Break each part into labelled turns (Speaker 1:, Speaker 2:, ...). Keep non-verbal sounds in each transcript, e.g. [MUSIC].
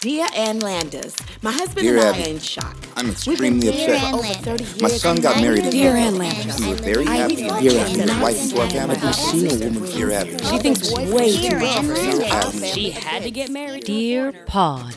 Speaker 1: Dear Ann Landis, my husband
Speaker 2: Dear
Speaker 1: and I
Speaker 2: Abby,
Speaker 1: are in shock.
Speaker 2: I'm
Speaker 1: We've been
Speaker 2: extremely
Speaker 1: together
Speaker 2: upset.
Speaker 1: for over 30 years.
Speaker 2: My son got married
Speaker 1: and-
Speaker 2: in Dear
Speaker 3: Ann Landis.
Speaker 2: We were very happy and
Speaker 1: Dear
Speaker 2: attracted
Speaker 1: Ann
Speaker 2: his wife into our family.
Speaker 1: Landis. Have you
Speaker 2: seen a woman? Dear Abby.
Speaker 3: She thinks way too much of herself.
Speaker 2: Abby.
Speaker 4: She had to get married.
Speaker 3: Dear Pod.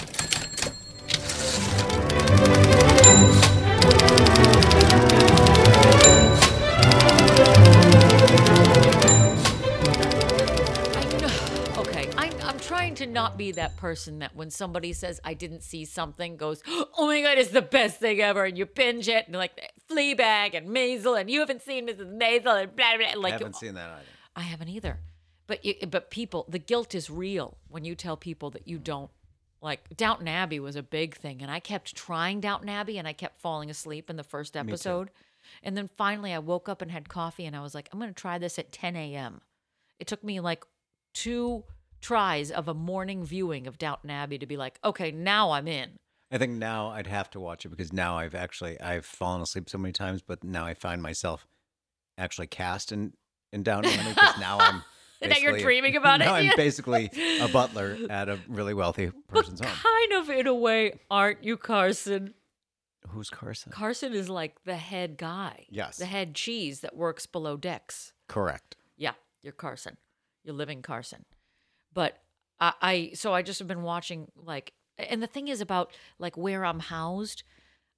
Speaker 5: I, [SIGHS] okay, I'm, I'm trying to not be that person that when somebody says I didn't see something goes, [GASPS] oh my god, it's the best thing ever, and you binge it and like Fleabag and Maisel and you haven't seen Mrs. Maisel and blah blah. Like
Speaker 6: I haven't seen that either.
Speaker 5: I haven't either. But you, but people, the guilt is real when you tell people that you don't like Downton Abbey was a big thing, and I kept trying Downton Abbey, and I kept falling asleep in the first episode, and then finally I woke up and had coffee, and I was like, I'm gonna try this at 10 a.m. It took me like two tries of a morning viewing of Downton Abbey to be like, okay, now I'm in.
Speaker 6: I think now I'd have to watch it because now I've actually I've fallen asleep so many times, but now I find myself actually cast in in Downton Abbey because now I'm.
Speaker 5: [LAUGHS] Now you're
Speaker 6: basically a- [LAUGHS]
Speaker 5: dreaming about it?
Speaker 6: now I'm
Speaker 5: Yeah.
Speaker 6: basically a
Speaker 5: [LAUGHS]
Speaker 6: butler at a really wealthy person's home.
Speaker 5: Kind of in a way, aren't you, Carson?
Speaker 6: Who's Carson?
Speaker 5: Carson is like the head guy.
Speaker 6: Yes.
Speaker 5: The head cheese that works below decks.
Speaker 6: Correct.
Speaker 5: Yeah, you're Carson. You're living Carson. But I, I so I just have been watching like and the thing is about like where I'm housed,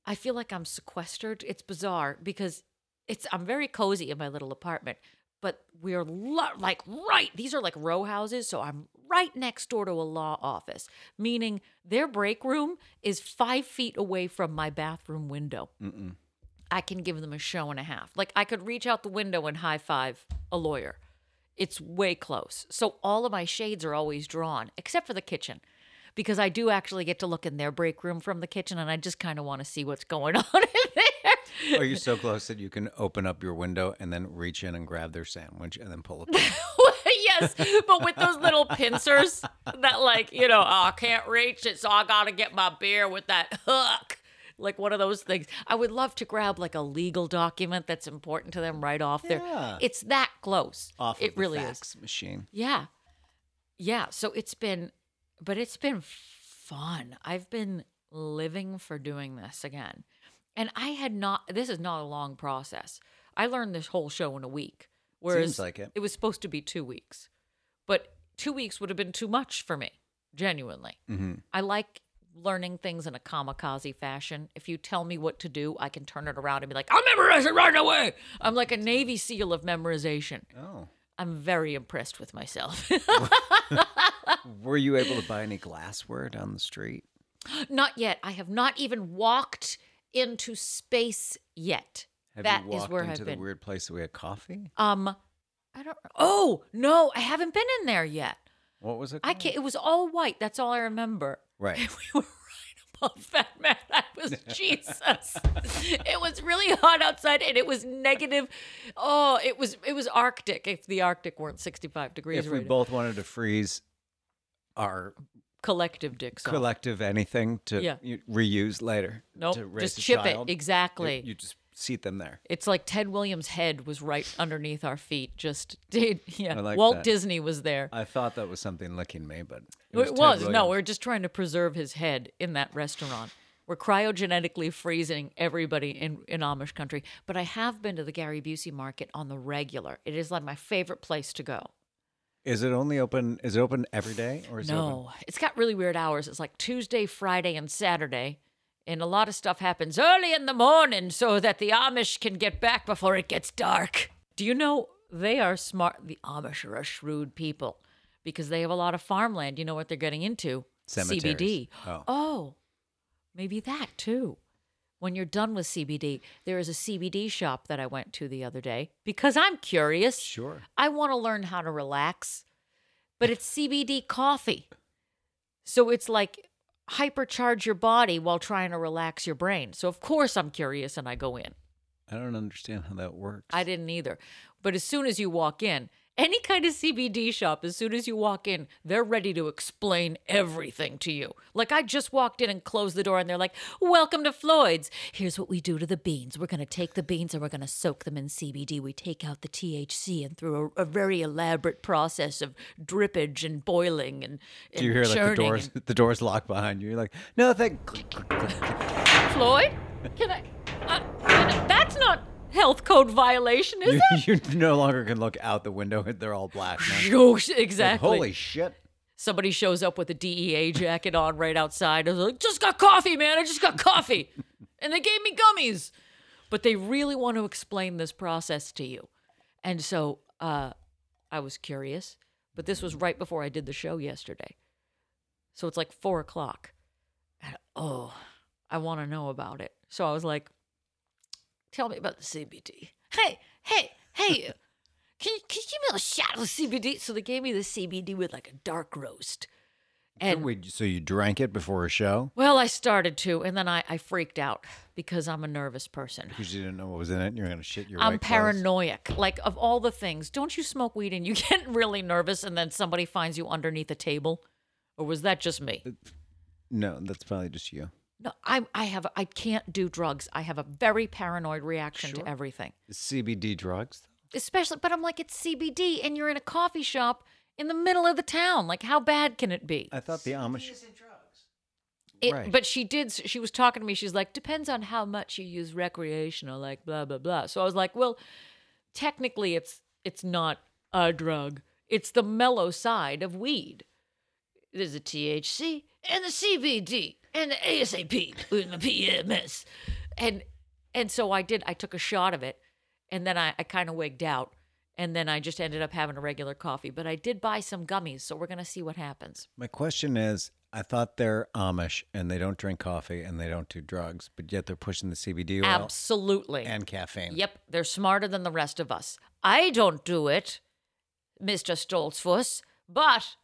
Speaker 5: I feel like I'm sequestered. It's bizarre because it's I'm very cozy in my little apartment, but we're lo- like right these are like row houses, so I'm right next door to a law office, meaning their break room is 5 feet away from my bathroom window. I can give them a show and a half. Like I could reach out the window and high five a lawyer. It's way close. So all of my shades are always drawn, except for the kitchen, because I do actually get to look in their break room from the kitchen and I just kind of want to see what's going [LAUGHS] on in there.
Speaker 6: Are you so close that you can open up your window and then reach in and grab their sandwich and then pull it? back?
Speaker 5: [LAUGHS] yes, but with those little pincers that, like, you know, oh, I can't reach it, so I gotta get my beer with that hook. Like one of those things. I would love to grab like a legal document that's important to them right off there.
Speaker 6: Yeah.
Speaker 5: It's that close.
Speaker 6: Off
Speaker 5: it
Speaker 6: of the
Speaker 5: really is.
Speaker 6: fax machine.
Speaker 5: Yeah. Yeah. So it's been, but it's been fun. I've been living for doing this again. And I had not, this is not a long process. I learned this whole show in a week. Whereas
Speaker 6: like it.
Speaker 5: it was supposed to be two weeks, but two weeks would have been too much for me, genuinely.
Speaker 6: Mm-hmm.
Speaker 5: I like learning things in a kamikaze fashion. If you tell me what to do, I can turn it around and be like, I'll memorize it right away. I'm like a Navy SEAL of memorization.
Speaker 6: Oh,
Speaker 5: I'm very impressed with myself. [LAUGHS]
Speaker 6: were you able to buy any glassware down the street?
Speaker 5: not yet. I have not even walked into space yet. That
Speaker 6: Have
Speaker 5: is
Speaker 6: you walked
Speaker 5: where
Speaker 6: into
Speaker 5: I've
Speaker 6: the
Speaker 5: been.
Speaker 6: weird place that we had coffee?
Speaker 5: um, I don't. Oh no, I haven't been in there yet.
Speaker 6: What was it?
Speaker 5: I
Speaker 6: called?
Speaker 5: can't. It was all white. That's all I remember. [LAUGHS]
Speaker 6: Right.
Speaker 5: We were right above Fat Man. [LAUGHS] I was
Speaker 6: [LAUGHS]
Speaker 5: Jesus. it was really hot outside, and it was negative. Oh, it was it was Arctic. If the Arctic weren't sixty five degrees,
Speaker 6: If we
Speaker 5: right?
Speaker 6: both wanted to freeze our
Speaker 5: collective dicks. off.
Speaker 6: collective anything to
Speaker 5: Yeah.
Speaker 6: u- reuse later.
Speaker 5: Nope,
Speaker 6: to raise
Speaker 5: just
Speaker 6: a
Speaker 5: chip it,
Speaker 6: child.
Speaker 5: exactly.
Speaker 6: You, you just seat them there.
Speaker 5: It's like Ted Williams' head was right underneath our feet. Just [LAUGHS] did yeah.
Speaker 6: I like
Speaker 5: Walt
Speaker 6: that.
Speaker 5: Disney was there.
Speaker 6: I thought that was something licking me, but
Speaker 5: It was,
Speaker 6: Ted
Speaker 5: no.
Speaker 6: Williams.
Speaker 5: We are just trying to preserve his head in that restaurant. We're cryogenetically freezing everybody in, in Amish country. But I have been to the Gary Busey market on the regular. It is like my favorite place to go.
Speaker 6: Is it only open? Is it open every day, or is it open?
Speaker 5: No, it's got really weird hours. It's like Tuesday, Friday, and Saturday. And a lot of stuff happens early in the morning so that the Amish can get back before it gets dark. Do you know they are smart? The Amish are a shrewd people because they have a lot of farmland. You know what they're getting into?
Speaker 6: Cemeteries.
Speaker 5: CBD.
Speaker 6: Oh.
Speaker 5: oh, maybe that too. When you're done with CBD, there is a CBD shop that I went to the other day because I'm curious.
Speaker 6: Sure.
Speaker 5: I want to learn how to relax, but it's CBD coffee. So it's like hypercharge your body while trying to relax your brain. So of course I'm curious and I go in.
Speaker 6: I don't understand how that works.
Speaker 5: I didn't either. But as soon as you walk in, Any kind of CBD shop, as soon as you walk in, they're ready to explain everything to you. Like I just walked in and closed the door, and they're like, "Welcome to Floyd's. Here's what we do to the beans. We're gonna take the beans and we're gonna soak them in CBD. We take out the THC, and through a, a very elaborate process of drippage and boiling and, and
Speaker 6: Do you hear like the
Speaker 5: churning
Speaker 6: doors? [LAUGHS] The doors locked behind you. You're like, no, thank. [LAUGHS] Click, click, click.
Speaker 5: and- [LAUGHS] Floyd, can I? Uh, can I- that's not health code violation, is
Speaker 6: You,
Speaker 5: it?
Speaker 6: [LAUGHS] you no longer can look out the window. [LAUGHS] They're all black.
Speaker 5: [LAUGHS]
Speaker 6: Now. Like,
Speaker 5: Gosh, exactly.
Speaker 6: Holy shit!
Speaker 5: Somebody shows up with a DEA jacket on right outside. I was like, just got coffee, man. I just got coffee. and they gave me gummies. But they really want to explain this process to you. And so uh, I was curious, but this was right before I did the show yesterday. So it's like four o'clock. And, oh, I want to know about it. So I was like, tell me about the CBD. Hey, hey, hey. can you, can you give me a little shot of CBD? So they gave me the CBD with like a dark roast. And
Speaker 6: Wait, so you drank it before a show
Speaker 5: well, I started to, and then I, I freaked out because I'm a nervous person.
Speaker 6: because you didn't know what was in it. and You're gonna shit your.
Speaker 5: I'm
Speaker 6: white clothes?
Speaker 5: paranoiac. Like, of all the things, don't you smoke weed and you [LAUGHS] get really nervous and then somebody finds you underneath a table? Or was that just me?
Speaker 6: No, that's probably just you.
Speaker 5: No, I, I have, I can't do drugs. I have a very paranoid reaction to everything.
Speaker 6: CBD drugs.
Speaker 5: especially but i'm like it's cbd and you're in a coffee shop in the middle of the town like how bad can it be
Speaker 6: I thought the Amish.
Speaker 5: It-
Speaker 6: right.
Speaker 5: but she did s- she was talking to me she's like depends on how much you use recreational like blah blah blah so i was like well technically it's it's not a drug it's the mellow side of weed there's the thc and the cbd and the asap with my pms and and so i did i took a shot of it and then i, I kind of wigged out and then i just ended up having a regular coffee but i did buy some gummies so we're gonna see what happens
Speaker 6: My question is, I thought they're Amish and they don't drink coffee and they don't do drugs, but yet they're pushing the CBD oil
Speaker 5: absolutely
Speaker 6: and caffeine.
Speaker 5: Yep, they're smarter than the rest of us. I don't do it, Mr. Stoltzfus, but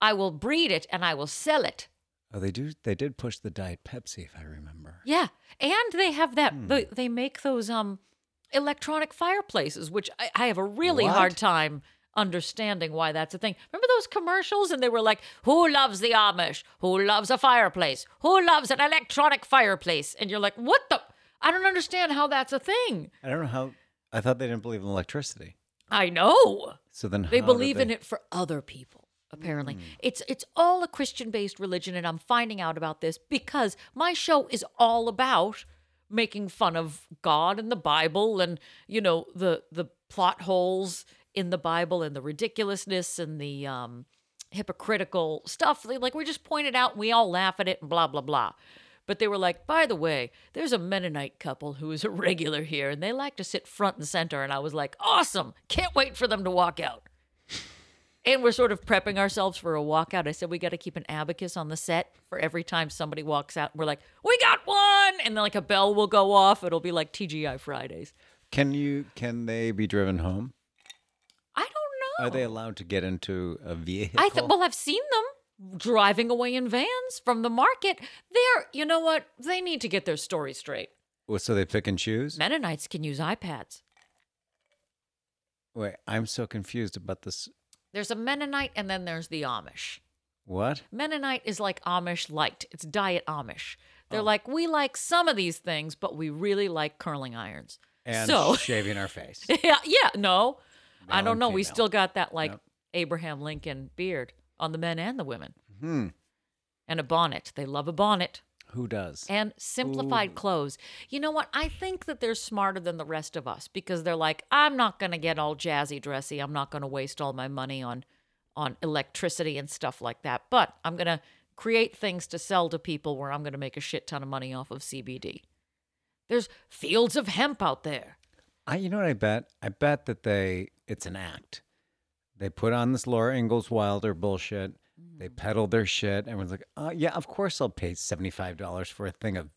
Speaker 5: I will breed it and I will sell it.
Speaker 6: Oh, they do. They did push the Diet Pepsi, if I remember.
Speaker 5: Yeah, and they have that. They, they make those um electronic fireplaces, which I, I have a really
Speaker 6: What?
Speaker 5: hard time understanding why that's a thing. Remember those commercials, and they were like, "Who loves the Amish? Who loves a fireplace? Who loves an electronic fireplace?" And you're like, "What the?" I don't understand how that's a thing.
Speaker 6: I don't know how. I thought they didn't believe in electricity.
Speaker 5: I know.
Speaker 6: So then
Speaker 5: they
Speaker 6: how did
Speaker 5: believe in
Speaker 6: they-
Speaker 5: it for other people apparently it's it's all a christian based religion and i'm finding out about this because my show is all about making fun of god and the bible and you know the the plot holes in the bible and the ridiculousness and the um hypocritical stuff They- like we just pointed out and we all laugh at it and blah blah blah but they were like by the way there's a mennonite couple who is a [LAUGHS] regular here and they like to sit front and center and i was like awesome can't wait for them to walk out and we're sort of prepping ourselves for a walkout. I said we got to keep an abacus on the set for every time somebody walks out. We're like, we got one, and then like a bell will go off. It'll be like TGI Fridays.
Speaker 6: Can you? Can they be driven home?
Speaker 5: I don't know.
Speaker 6: Are they allowed to get into a vehicle?
Speaker 5: I th- well, I've seen them driving away in vans from the market. They're, you know what? They need to get their story straight.
Speaker 6: Well, so they pick and choose.
Speaker 5: Mennonites can use iPads.
Speaker 6: Wait, I'm so confused about this.
Speaker 5: There's a Mennonite, and then there's the Amish.
Speaker 6: What?
Speaker 5: Mennonite is like Amish light. It's diet Amish. They're
Speaker 6: Oh.
Speaker 5: like, we like some of these things, but we really like curling irons.
Speaker 6: And
Speaker 5: so,
Speaker 6: shaving
Speaker 5: [LAUGHS]
Speaker 6: our face.
Speaker 5: yeah, yeah, no. I
Speaker 6: Male
Speaker 5: don't
Speaker 6: and
Speaker 5: know. We
Speaker 6: female.
Speaker 5: still got that like
Speaker 6: Yep.
Speaker 5: Abraham Lincoln beard on the men and the women.
Speaker 6: Hmm.
Speaker 5: And a bonnet. They love a bonnet
Speaker 6: Who does?
Speaker 5: and simplified clothes. You know what? I think that they're smarter than the rest of us because they're like, I'm not going to get all jazzy dressy. I'm not going to waste all my money on on electricity and stuff like that. But I'm going to create things to sell to people where I'm going to make a shit ton of money off of CBD. There's fields of hemp out there.
Speaker 6: I, you know what I bet? I bet that they it's an act. They put on this Laura Ingalls Wilder bullshit. They
Speaker 5: Mm.
Speaker 6: peddle their shit. Everyone's like, "Oh yeah, of course I'll pay seventy five dollars for a thing of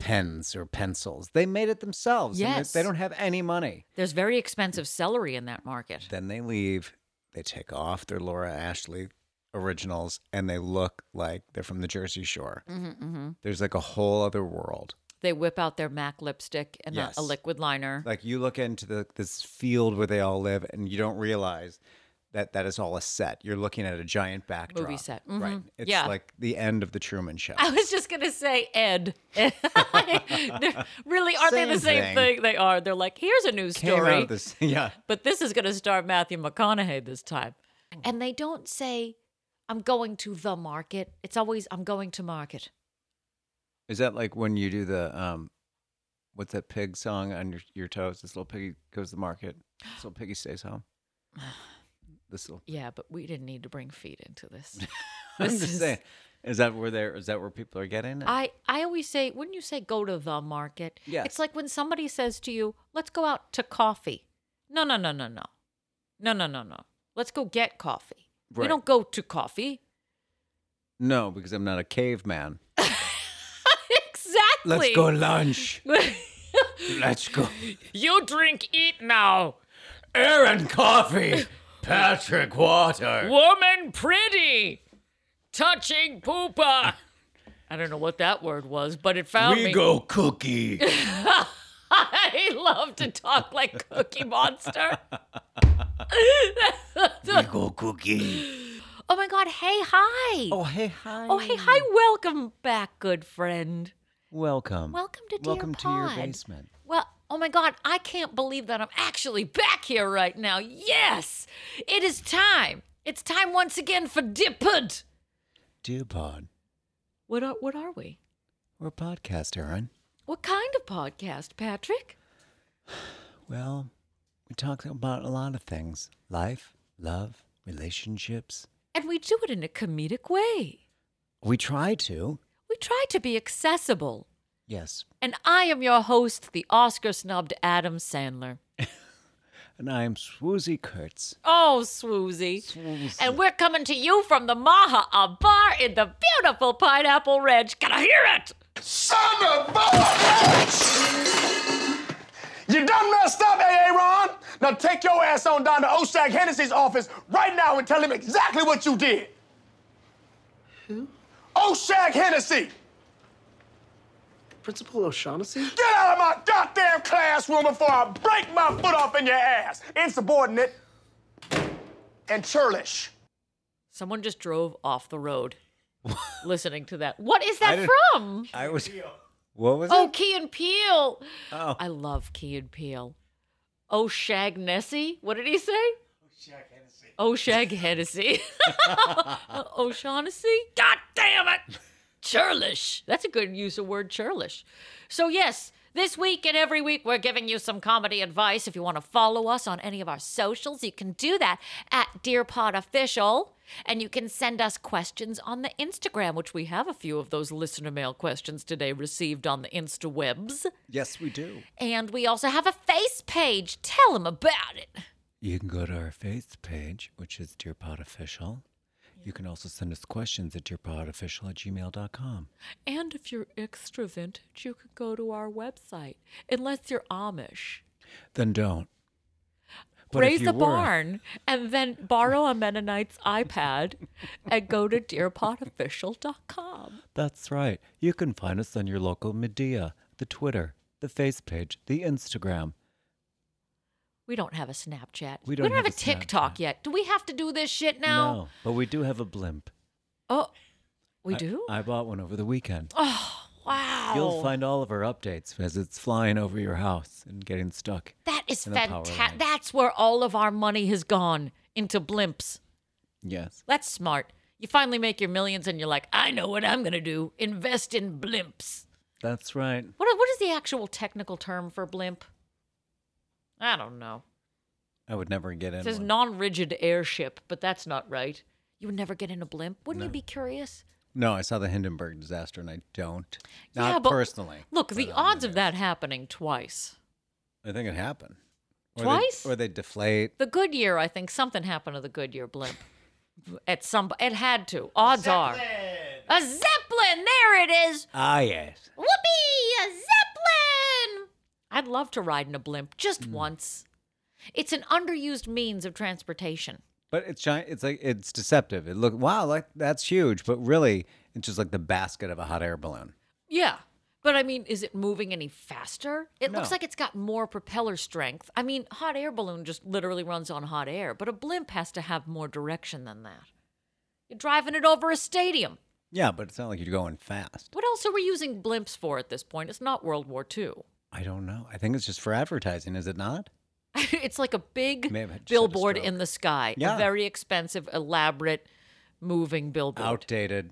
Speaker 6: pens or pencils." They made it themselves. and they-
Speaker 5: Yes.
Speaker 6: they don't have any money.
Speaker 5: There's very expensive celery in that market.
Speaker 6: Then they leave. They take off their Laura Ashley originals, and they look like they're from the Jersey Shore.
Speaker 5: Mm-hmm,
Speaker 6: There's like a whole other world.
Speaker 5: They whip out their MAC lipstick and a-
Speaker 6: Yes.
Speaker 5: a, liquid liner.
Speaker 6: Like you look into the, this field where they all live, and you don't realize that that is all a set. You're looking at a giant backdrop
Speaker 5: set.
Speaker 6: right?
Speaker 5: Mhm.
Speaker 6: It's
Speaker 5: Yeah.
Speaker 6: like the end of the Truman Show.
Speaker 5: I was just gonna say Ed. [LAUGHS] They're- really, aren't they the
Speaker 6: Same
Speaker 5: same
Speaker 6: thing.
Speaker 5: thing. They are. They're like, here's a news
Speaker 6: Came
Speaker 5: story,
Speaker 6: out of this, [LAUGHS] yeah.
Speaker 5: but this is gonna star Matthew McConaughey this time. And they don't say, "I'm going to the market." It's always, "I'm going to market."
Speaker 6: Is that like when you do the um, what's that pig song on your, your toes? This little piggy goes to the market. This little piggy
Speaker 5: [SIGHS]
Speaker 6: stays home. This little. [LAUGHS]
Speaker 5: Yeah, but we didn't need to bring feet into this.
Speaker 6: I'm
Speaker 5: This
Speaker 6: just
Speaker 5: is-
Speaker 6: saying. Is that where they're? Is that where people are getting? It?
Speaker 5: I, I always say, wouldn't you say go to the market?
Speaker 6: Yes.
Speaker 5: It's like when somebody says to you, let's go out to coffee. No, no, no, no, no. No, no, no, no. Let's go get coffee.
Speaker 6: Right.
Speaker 5: We don't go to coffee. [LAUGHS]
Speaker 6: no, because I'm not a caveman.
Speaker 5: exactly. [LAUGHS]
Speaker 6: Let's go lunch. Let's go.
Speaker 5: you drink, eat now.
Speaker 6: Aaron Coffee, Patrick Water.
Speaker 5: Woman pretty. Touching poopa. I don't know what that word was, but it found me.
Speaker 6: go cookie.
Speaker 5: [LAUGHS] I love to talk like Cookie
Speaker 6: [LAUGHS]
Speaker 5: Monster.
Speaker 6: we go cookie.
Speaker 5: Oh my God. Hey, hi.
Speaker 6: Oh hey hi.
Speaker 5: Oh, hey, hi. Welcome back, good friend.
Speaker 6: Welcome.
Speaker 5: Welcome to Dear
Speaker 6: Welcome to your
Speaker 5: Pod.
Speaker 6: basement.
Speaker 5: Well, oh my God, I can't believe that I'm actually back here right now. Yes, it is time. It's time once again for Dippud.
Speaker 6: Dear Pod,
Speaker 5: What are, what are we?
Speaker 6: we're a podcast, Aaron.
Speaker 5: What kind of podcast, Patrick?
Speaker 6: Well, we talk about a lot of things. Life, love, relationships.
Speaker 5: And we do it in a comedic way.
Speaker 6: We try to.
Speaker 5: We try to be accessible.
Speaker 6: Yes.
Speaker 5: And I am your host, the Oscar snubbed Adam Sandler.
Speaker 6: And I am Swoozy Kurtz.
Speaker 5: Oh, Swoozy. And we're coming to you from the Maha, a bar in the beautiful Pineapple Ridge. Can I hear it?
Speaker 4: Son of a bitch! You done messed up, AA Ron. Now take your ass on down to Oshag Hennessy's office right now and tell him exactly what you did. Who? Oshag Hennessy!
Speaker 7: Principal O'Shaughnessy?
Speaker 4: Get out of my goddamn classroom before I break my foot off in your ass! Insubordinate and churlish.
Speaker 5: Someone just drove off the
Speaker 6: [LAUGHS]
Speaker 5: road listening to that. What is that
Speaker 6: didn't-
Speaker 5: from?
Speaker 6: I was. What was
Speaker 5: Oh,
Speaker 6: it?
Speaker 5: Key and Peel.
Speaker 6: Oh.
Speaker 5: I love Key and Peel. Oh, Shag Nessie. What did he say? Oh, Shag Hennessy. [LAUGHS] O'Shaughnessy? God damn it! Churlish. That's a good use of word churlish. So, yes, this week and every week we're giving you some comedy advice. If you want to follow us on any of our socials, you can do that at Dear Pod Official. And you can send us questions on the Instagram, which we have a few of those listener mail questions today received on the Instawebs.
Speaker 6: Yes, we do.
Speaker 5: And we also have a face page. Tell them about it.
Speaker 6: You can go to our face page, which is Dear Pod Official. You can also send us questions at dearpodofficial at gmail.com.
Speaker 5: And if you're extra vintage, you can go to our website, unless you're Amish.
Speaker 6: Then don't. But if
Speaker 5: Raise
Speaker 6: you
Speaker 5: a
Speaker 6: were-
Speaker 5: barn and then borrow a Mennonite's iPad and go to dearpodofficial.com.
Speaker 6: That's right. You can find us on your local media, the Twitter, the face page, the Instagram.
Speaker 5: We don't have a Snapchat.
Speaker 6: We don't have
Speaker 5: have,
Speaker 6: a
Speaker 5: a TikTok
Speaker 6: Snapchat.
Speaker 5: yet. Do we have to do this shit now?
Speaker 6: No, but we do have a blimp.
Speaker 5: Oh, we
Speaker 6: I-
Speaker 5: do?
Speaker 6: I bought one over the weekend.
Speaker 5: Oh, wow.
Speaker 6: You'll find all of our updates as it's flying over your house and getting stuck.
Speaker 5: that is
Speaker 6: in a power line.
Speaker 5: fantastic. That's where all of our money has gone into blimps.
Speaker 6: Yes.
Speaker 5: That's smart. You finally make your millions and you're like, I know what I'm going to do invest in blimps.
Speaker 6: That's right.
Speaker 5: What, what is the actual technical term for blimp? I don't know.
Speaker 6: I would never get in.
Speaker 5: It says
Speaker 6: one.
Speaker 5: non rigid airship, but that's not right. You would never get in a blimp. Wouldn't you be curious?
Speaker 6: no, I saw the Hindenburg disaster and I don't. Not
Speaker 5: Yeah, but-
Speaker 6: personally.
Speaker 5: Look,
Speaker 6: but
Speaker 5: the
Speaker 6: on
Speaker 5: odds of
Speaker 6: news.
Speaker 5: that happening twice.
Speaker 6: I think it happened. Or they-
Speaker 5: Twice?
Speaker 6: Or they, deflate.
Speaker 5: The Goodyear, I think something happened to the Goodyear blimp. [LAUGHS] At some, it had to. Odds are a zeppelin. There it is.
Speaker 6: Ah, yes.
Speaker 5: Whoopee! A zeppelin! I'd love to ride in a blimp just once. It's an underused means of transportation.
Speaker 6: But it's giant. It's like it's deceptive. It look wow, like that's huge, but really, it's just like the basket of a hot air balloon.
Speaker 5: Yeah. But I mean, is it moving any faster? It looks
Speaker 6: No.
Speaker 5: like it's got more propeller strength. I mean, hot air balloon just literally runs on hot air, but a blimp has to have more direction than that. You're driving it over a stadium.
Speaker 6: Yeah, but it's not like you're going fast.
Speaker 5: What else are we using blimps for at this point? It's not World War II.
Speaker 6: I don't know. I think it's just for advertising, is it not?
Speaker 5: [LAUGHS] it's like a big
Speaker 6: May have had- just had a
Speaker 5: billboard in
Speaker 6: stroke.
Speaker 5: the sky.
Speaker 6: Yeah.
Speaker 5: A very expensive, elaborate, moving billboard.
Speaker 6: Outdated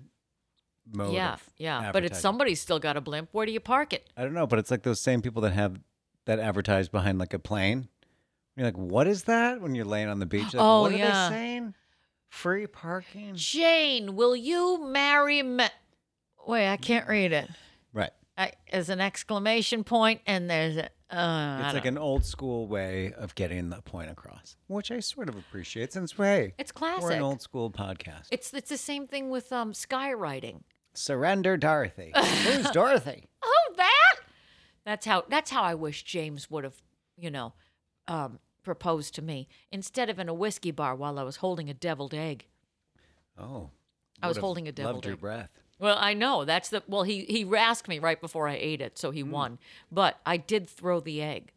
Speaker 6: mode.
Speaker 5: Oh, yeah,
Speaker 6: of
Speaker 5: yeah. But it's
Speaker 6: advertising.
Speaker 5: somebody's still got a blimp. Where do you park it?
Speaker 6: I don't know, but it's like those same people that have that advertise behind like a plane. You're like, what is that? When you're laying on the beach, like,
Speaker 5: Oh,
Speaker 6: what are
Speaker 5: yeah.
Speaker 6: they saying? Free parking.
Speaker 5: Jane, will you marry me? Wait, I can't read it.
Speaker 6: Right.
Speaker 5: I, there's an exclamation point, and there's a. Uh,
Speaker 6: It's like an old school way of getting the point across, which I sort of appreciate since hey,
Speaker 5: It's
Speaker 6: We're
Speaker 5: classic.
Speaker 6: an old school podcast.
Speaker 5: it's it's the same thing with um skywriting.
Speaker 6: Surrender,
Speaker 5: [LAUGHS]
Speaker 6: Dorothy. Who's Dorothy?
Speaker 5: Oh, that. That's how. That's how I wish James would have, you know, um, proposed to me instead of in a whiskey bar while I was holding a deviled egg.
Speaker 6: Oh,
Speaker 5: I was
Speaker 6: would've
Speaker 5: holding a deviled
Speaker 6: loved your
Speaker 5: egg.
Speaker 6: breath.
Speaker 5: Well, I know that's the well. He he rasked me right before I ate it, so he won. But I did throw the egg.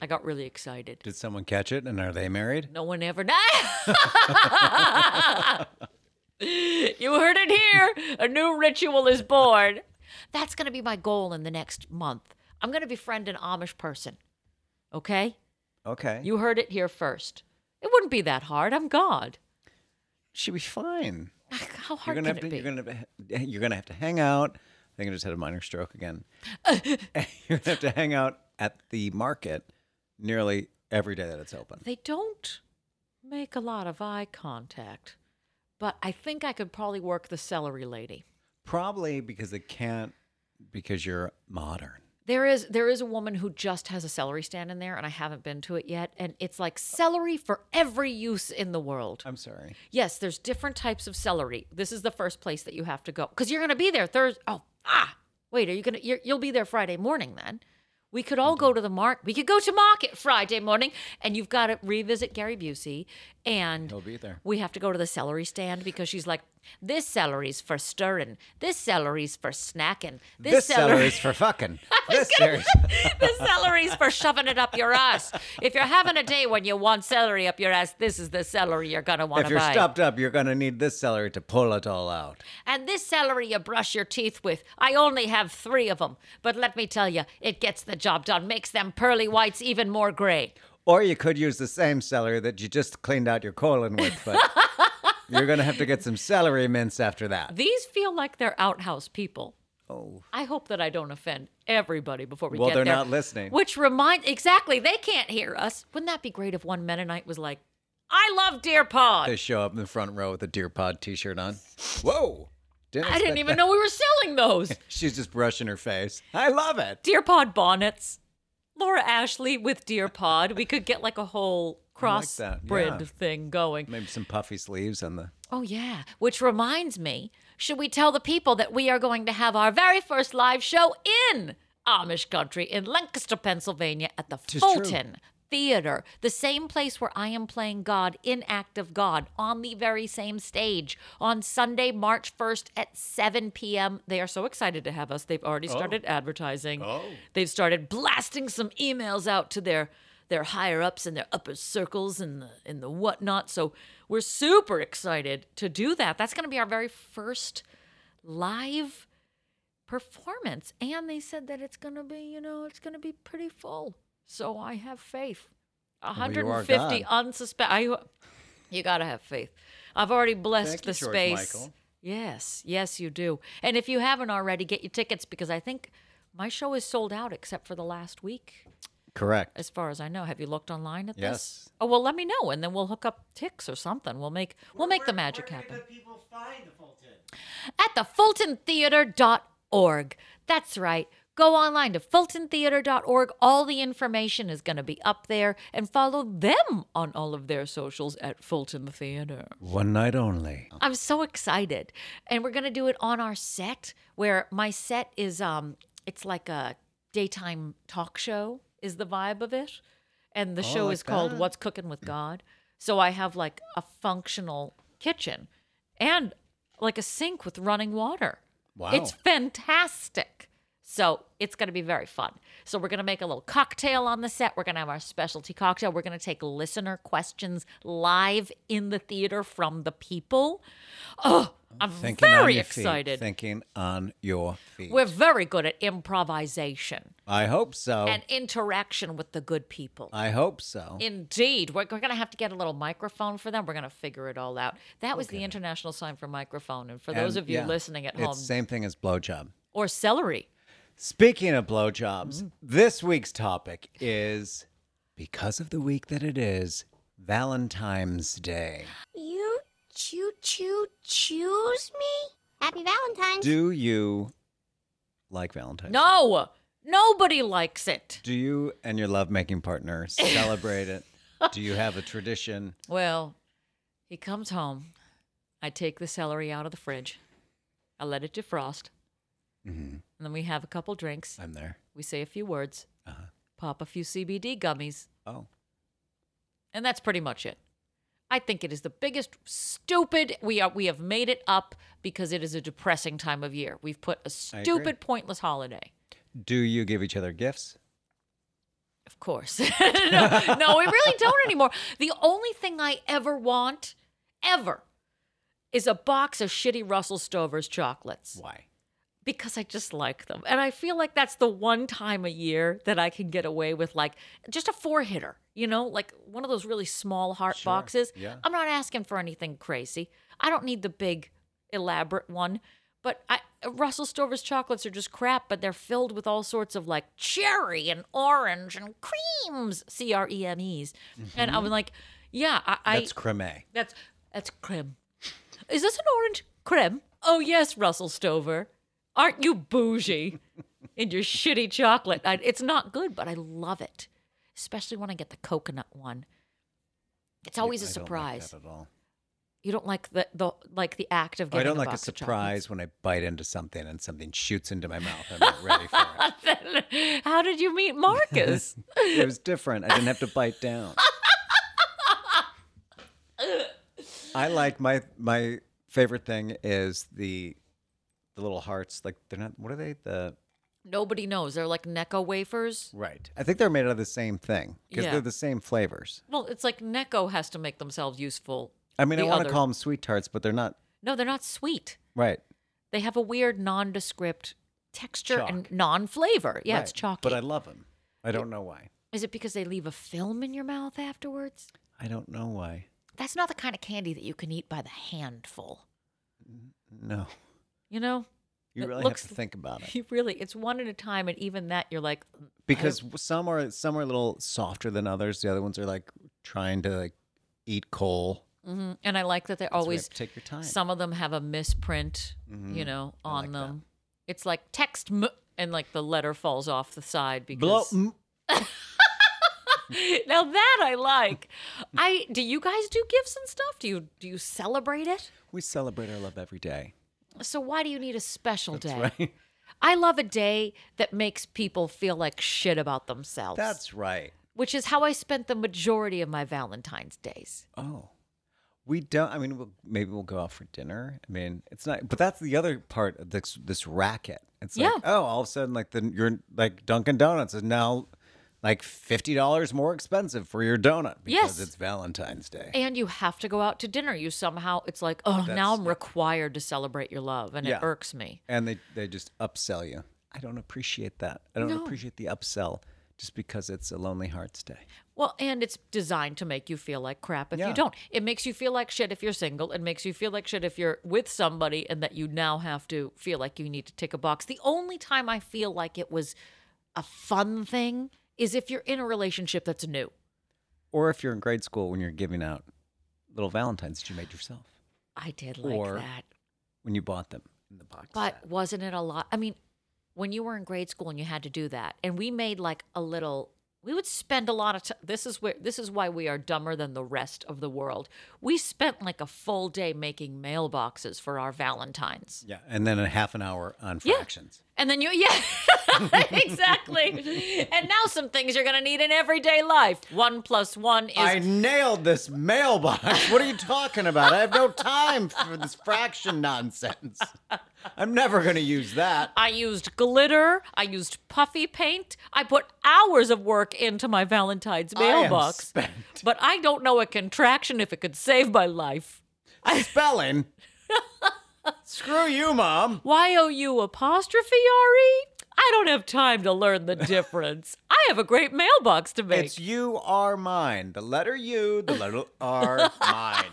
Speaker 5: I got really excited.
Speaker 6: Did someone catch it? And are they married?
Speaker 5: No one ever. [LAUGHS] you heard it here. A new ritual is born. That's going to be my goal in the next month. I'm going to befriend an Amish person. Okay?
Speaker 6: Okay,
Speaker 5: You heard it here first. It wouldn't be that hard. I'm God.
Speaker 6: should be fine.
Speaker 5: How
Speaker 6: You're
Speaker 5: hard
Speaker 6: gonna
Speaker 5: can
Speaker 6: have
Speaker 5: it
Speaker 6: to.
Speaker 5: be?
Speaker 6: You're gonna. You're gonna have to hang out. I think I just had a minor stroke [LAUGHS] again. you're gonna have to hang out at the market nearly every day that it's open.
Speaker 5: They don't make a lot of eye contact, but I think I could probably work the celery lady.
Speaker 6: Probably because they can't. Because you're modern.
Speaker 5: There is there is a woman who just has a celery stand in there, and I haven't been to it yet. And it's like celery for every use in the world.
Speaker 6: I'm sorry.
Speaker 5: Yes, there's different types of celery. This is the first place that you have to go because you're going to be there Thursday. Oh, ah, wait, are you going to? You're, you'll be there Friday morning then. We could all go to the market. We could go to market Friday morning, and you've got to revisit Gary Busey. And
Speaker 6: He'll be there.
Speaker 5: we have to go to the celery stand because she's like, "This celery's for stirring. This celery's for snacking.
Speaker 6: This, cellar [LAUGHS] is for fucking. this cellar is- [LAUGHS]
Speaker 5: this celery's for shoving it up your ass. If you're having a day when you want celery up your ass, this is the celery you're gonna want
Speaker 6: If
Speaker 5: to
Speaker 6: you're
Speaker 5: buy.
Speaker 6: stuffed up, you're gonna need this celery to pull it all out.
Speaker 5: And this celery you brush your teeth with. I only have three of them, but let me tell you, it gets the job done. Makes them pearly whites even more gray.
Speaker 6: Or you could use the same celery that you just cleaned out your colon with, [LAUGHS] but you're gonna have to get some celery mints after that.
Speaker 5: These feel like they're outhouse people.
Speaker 6: Oh.
Speaker 5: I hope that I don't offend everybody before we
Speaker 6: Well,
Speaker 5: get
Speaker 6: they're
Speaker 5: there.
Speaker 6: not listening.
Speaker 5: Which reminds exactly, they can't hear us. Wouldn't that be great if one Mennonite was like, "I love Deer Pod."
Speaker 6: They show up in the front row with a deer pod T-shirt on. Whoa! Didn't
Speaker 5: I didn't
Speaker 6: expect
Speaker 5: even
Speaker 6: that.
Speaker 5: know we were selling those.
Speaker 6: She's just brushing her face. I love it.
Speaker 5: Deer Pod bonnets. Laura Ashley with Deer Pod. We could get like a whole cross
Speaker 6: that, yeah.
Speaker 5: brand thing going.
Speaker 6: Maybe some puffy sleeves on the.
Speaker 5: Oh, yeah. Which reminds me, should we tell the people that we are going to have our very first live show in Amish country in Lancaster, Pennsylvania at the
Speaker 6: Tis true.
Speaker 5: Fulton Theater, the same place where I am playing God in Act of God on the very same stage on Sunday, March 1st at 7 p.m. They are so excited to have us. They've
Speaker 6: Oh.
Speaker 5: already started advertising. Oh. They've started blasting some emails out to their their higher ups and their upper circles and the and the whatnot. So we're super excited to do that. That's gonna be our very first live performance. And they said that it's gonna be, you know, it's gonna be pretty full. So I have faith.
Speaker 6: Well, you are
Speaker 5: 150
Speaker 6: God.
Speaker 5: unsuspect. I, you gotta have faith. I've already blessed
Speaker 6: Thank you,
Speaker 5: the
Speaker 6: George
Speaker 5: space.
Speaker 6: Michael.
Speaker 5: Yes, yes, you do. And if you haven't already, get your tickets because I think my show is sold out except for the last week,
Speaker 6: Correct.
Speaker 5: as far as I know. Have you looked online at
Speaker 6: Yes.
Speaker 5: this? Oh well, let me know, and then we'll hook up ticks or something. We'll make we'll make the magic happen at the fultontheater.org. That's right. Go online to fultontheater.org. All the information is going to be up there and follow them on all of their socials at Fulton Theater.
Speaker 6: One night only.
Speaker 5: I'm so excited. And we're going to do it on our set where my set is um it's like a daytime talk show is the vibe of it. And the show
Speaker 6: Oh, like
Speaker 5: is called
Speaker 6: that.
Speaker 5: What's Cooking with God. So I have like a functional kitchen and like a sink with running water.
Speaker 6: Wow.
Speaker 5: It's fantastic. So it's going to be very fun. So we're going to make a little cocktail on the set. We're going to have our specialty cocktail. We're going to take listener questions live in the theater from the people. Oh, I'm
Speaker 6: Thinking on
Speaker 5: very
Speaker 6: your feet.
Speaker 5: excited.
Speaker 6: Thinking on your feet.
Speaker 5: We're very good at improvisation
Speaker 6: I hope so.
Speaker 5: and interaction with the good people.
Speaker 6: I hope so.
Speaker 5: Indeed. We're, we're going to have to get a little microphone for them. We're going to figure it all out. That was the international sign for microphone. And for those
Speaker 6: And,
Speaker 5: of you
Speaker 6: yeah,
Speaker 5: listening at
Speaker 6: it's
Speaker 5: home,
Speaker 6: same thing as blowjob.
Speaker 5: or celery.
Speaker 6: Speaking of blowjobs,
Speaker 5: Mm-hmm.
Speaker 6: this week's topic is because of the week that it is, Valentine's Day.
Speaker 7: You choo choo choose me? Happy Valentine's.
Speaker 5: [LAUGHS]
Speaker 6: Do you like Valentine's?
Speaker 5: No, nobody likes it.
Speaker 6: Do you and your lovemaking partner celebrate it? Do you have a tradition?
Speaker 5: Well, he comes home. I take the celery out of the fridge. I let it defrost.
Speaker 6: Mm-hmm.
Speaker 5: And then we have a couple drinks.
Speaker 6: [LAUGHS] I'm there.
Speaker 5: We say a few words,
Speaker 6: Uh. Uh-huh.
Speaker 5: pop a few CBD gummies,
Speaker 6: Oh,
Speaker 5: and that's pretty much it. I think it is the biggest stupid we are we have made it up because it is a depressing time of year. We've put a
Speaker 6: I agree.
Speaker 5: stupid pointless holiday.
Speaker 6: do you give each other gifts?
Speaker 5: Of course. [LAUGHS] no, no, we really don't anymore. The only thing I ever want, ever, is a box of shitty Russell Stover's chocolates
Speaker 6: Why?
Speaker 5: because I just like them. And I feel like that's the one time a year that I can get away with like just a four hitter, you know, like one of those really small heart boxes.
Speaker 6: yeah.
Speaker 5: I'm not asking for anything crazy. I don't need the big elaborate one. But I, Russell Stover's chocolates are just crap, but they're filled with all sorts of like cherry and orange and creams, C R E M E's. And I was like, yeah, I, I
Speaker 6: Mm-hmm. That's creme.
Speaker 5: that's that's creme. Is this an orange creme? Oh yes, Russell Stover. Aren't you bougie in your shitty chocolate? I, it's not good, but I love it, especially when I get the coconut one. It's always a
Speaker 6: I don't like
Speaker 5: surprise.
Speaker 6: that at all.
Speaker 5: you don't like the, the like the act of
Speaker 6: Oh,
Speaker 5: getting.
Speaker 6: I don't
Speaker 5: a
Speaker 6: like a
Speaker 5: box of chocolates.
Speaker 6: surprise when I bite into something and something shoots into my mouth. I'm not ready for
Speaker 5: [LAUGHS]
Speaker 6: it.
Speaker 5: How did you meet Marcus?
Speaker 6: [LAUGHS] It was different. I didn't have to bite down. I like my my favorite thing is the the little hearts. Like they're not. What are they? The
Speaker 5: Nobody knows. They're like Necco wafers.
Speaker 6: right. I think they're made out of the same thing because
Speaker 5: Yeah.
Speaker 6: they're the same flavors.
Speaker 5: Well, it's like Necco has to make themselves useful.
Speaker 6: I mean,
Speaker 5: The
Speaker 6: I want
Speaker 5: other-
Speaker 6: to call them sweet tarts, but they're not.
Speaker 5: No, they're not sweet.
Speaker 6: Right.
Speaker 5: they have a weird nondescript texture and
Speaker 6: Chalk.
Speaker 5: non-flavor. Yeah, it's
Speaker 6: Right.
Speaker 5: chalky.
Speaker 6: But I love them. I don't know why.
Speaker 5: Is it because they leave a film in your mouth afterwards?
Speaker 6: I don't know why.
Speaker 5: That's not the kind of candy that you can eat by the handful.
Speaker 6: No.
Speaker 5: You know,
Speaker 6: You
Speaker 5: It
Speaker 6: really
Speaker 5: looks-
Speaker 6: have to think about
Speaker 5: [LAUGHS]
Speaker 6: it
Speaker 5: you really it's one at a time, and even that you're like, "Mm,"
Speaker 6: because some are some are a little softer than others. The other ones are like trying to like eat coal.
Speaker 5: mm, and I like that they're
Speaker 6: That's why you
Speaker 5: always
Speaker 6: have to take your time.
Speaker 5: some of them have a misprint, you know, on
Speaker 6: like that.
Speaker 5: them. It's like text m and like the letter falls off the side
Speaker 6: Blow.
Speaker 5: because
Speaker 6: mm,
Speaker 5: [LAUGHS] now that I like. I do you guys do gifts and stuff? Do you do you celebrate it?
Speaker 6: We celebrate our love every day.
Speaker 5: So why do you need a special day?
Speaker 6: Right?
Speaker 5: I love a day that makes people feel like shit about themselves.
Speaker 6: That's right.
Speaker 5: which is how I spent the majority of my Valentine's days.
Speaker 6: Oh, we don't. I mean, we'll, maybe we'll go out for dinner. I mean, it's not. But that's the other part of this this racket. It's like,
Speaker 5: Yeah.
Speaker 6: oh, all of a sudden, like the your like Dunkin' Donuts is now like fifty dollars more expensive for your donut because
Speaker 5: Yes.
Speaker 6: it's Valentine's Day.
Speaker 5: And you have to go out to dinner. You somehow it's like, oh, now
Speaker 6: that's-
Speaker 5: I'm required to celebrate your love and
Speaker 6: Yeah.
Speaker 5: it irks me.
Speaker 6: and they they just upsell you. I don't appreciate that. I don't
Speaker 5: No.
Speaker 6: appreciate the upsell just because it's a Lonely Hearts Day.
Speaker 5: Well, and it's designed to make you feel like crap if
Speaker 6: Yeah.
Speaker 5: you don't. It makes you feel like shit if you're single. It makes you feel like shit if you're with somebody and that you now have to feel like you need to tick a box. The only time I feel like it was a fun thing is if you're in a relationship that's new.
Speaker 6: Or if you're in grade school when you're giving out little Valentines that you made yourself
Speaker 5: I did like
Speaker 6: Or-
Speaker 5: that.
Speaker 6: when you bought them in the box.
Speaker 5: But
Speaker 6: set.
Speaker 5: wasn't it a lot? I mean, when you were in grade school and you had to do that, and we made like a little. We would spend a lot of time. This is where this is why we are dumber than the rest of the world. We spent like a full day making mailboxes for our Valentines.
Speaker 6: yeah, and then a half an hour on
Speaker 5: Yeah.
Speaker 6: fractions.
Speaker 5: And then you, [LAUGHS] yeah, exactly. and now some things you're going to need in everyday life. One plus one is
Speaker 6: I nailed
Speaker 5: [LAUGHS]
Speaker 6: this mailbox. What are you talking about? I have no time for this fraction nonsense. I'm never going to use that.
Speaker 5: I used glitter. I used puffy paint. I put hours of work into my Valentine's
Speaker 6: I am
Speaker 5: mailbox. [LAUGHS]
Speaker 6: spent.
Speaker 5: But I don't know a contraction if it could save my life.
Speaker 6: Spelling.
Speaker 5: [LAUGHS]
Speaker 6: Screw you, mom.
Speaker 5: Y O U apostrophe R E? I don't have time to learn the difference. I have a great mailbox to make.
Speaker 6: It's you are mine. The letter U, the letter R, [LAUGHS] mine.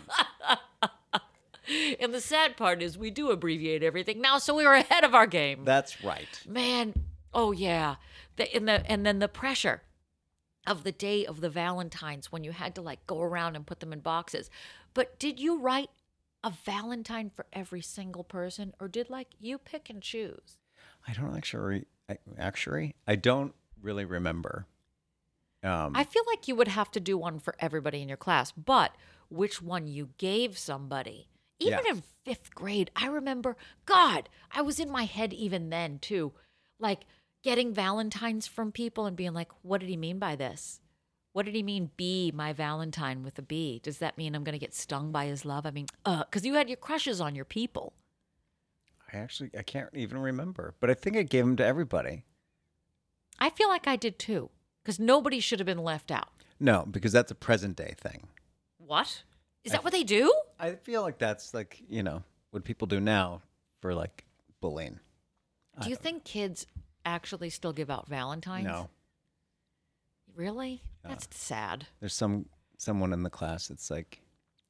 Speaker 5: And the sad part is we do abbreviate everything now, so we were ahead of our game.
Speaker 6: That's right.
Speaker 5: Man, oh yeah. The, and the and then the pressure of the day of the Valentines when you had to like go around and put them in boxes. But did you write a Valentine for every single person, or did like you pick and choose?
Speaker 6: I don't actually, I, actually, I don't really remember. Um,
Speaker 5: I feel like you would have to do one for everybody in your class, but which one you gave somebody. Even
Speaker 6: Yeah.
Speaker 5: in fifth grade, I remember, God, I was in my head even then too, like getting Valentines from people and being like, what did he mean by this? What did he mean, be my Valentine with a B? Does that mean I'm going to get stung by his love? I mean, uh, because you had your crushes on your people.
Speaker 6: I actually, I can't even remember, but I think I gave them to everybody.
Speaker 5: I feel like I did too, because nobody should have been left out.
Speaker 6: No, because that's a present day thing.
Speaker 5: What? Is that what they do?
Speaker 6: I feel like that's like, you know, what people do now for like bullying.
Speaker 5: Do you think kids actually still give out Valentines?
Speaker 6: No.
Speaker 5: Really? That's sad.
Speaker 6: There's some someone in the class that's like,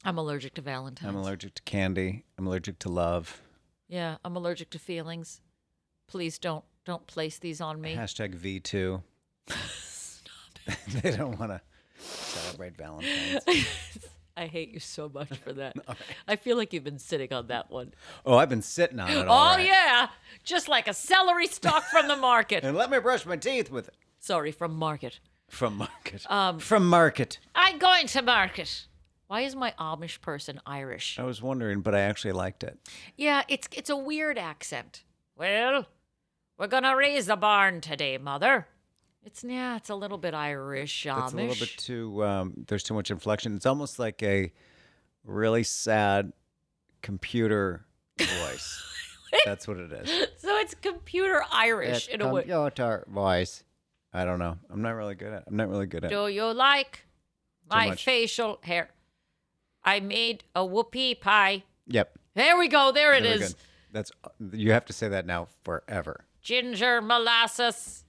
Speaker 5: I'm allergic to Valentines.
Speaker 6: I'm allergic to candy. I'm allergic to love.
Speaker 5: Yeah, I'm allergic to feelings. Please don't don't place these on me. [LAUGHS]
Speaker 6: Hashtag V2. [LAUGHS] they don't want to celebrate Valentine's.
Speaker 5: I hate you so much for
Speaker 6: [LAUGHS]
Speaker 5: that. I feel like you've been sitting on that one.
Speaker 6: Oh, I've been sitting on it
Speaker 5: Oh
Speaker 6: all. right.
Speaker 5: yeah, just like a celery stalk from the market.
Speaker 6: [LAUGHS] And let me brush my teeth with it.
Speaker 5: Sorry, from market.
Speaker 6: From market.
Speaker 5: Um,
Speaker 6: From market.
Speaker 5: I'm going to market. Why is my Amish person Irish?
Speaker 6: I was wondering, but I actually liked it.
Speaker 5: Yeah, it's it's a weird accent. Well, we're gonna raise the barn today, mother. It's yeah, it's a little bit Irish Amish.
Speaker 6: It's a little bit too. Um, there's too much inflection. It's almost like a really sad computer voice.
Speaker 5: [LAUGHS]
Speaker 6: That's what it is.
Speaker 5: so it's computer Irish in a way.
Speaker 6: computer voice. I don't know. I'm not really good at. I'm not really good at.
Speaker 5: Do you like my
Speaker 6: much.
Speaker 5: facial hair? I made a whoopie pie.
Speaker 6: Yep.
Speaker 5: There we go. There it is.
Speaker 6: very good. That's you have to say that now forever.
Speaker 5: Ginger molasses.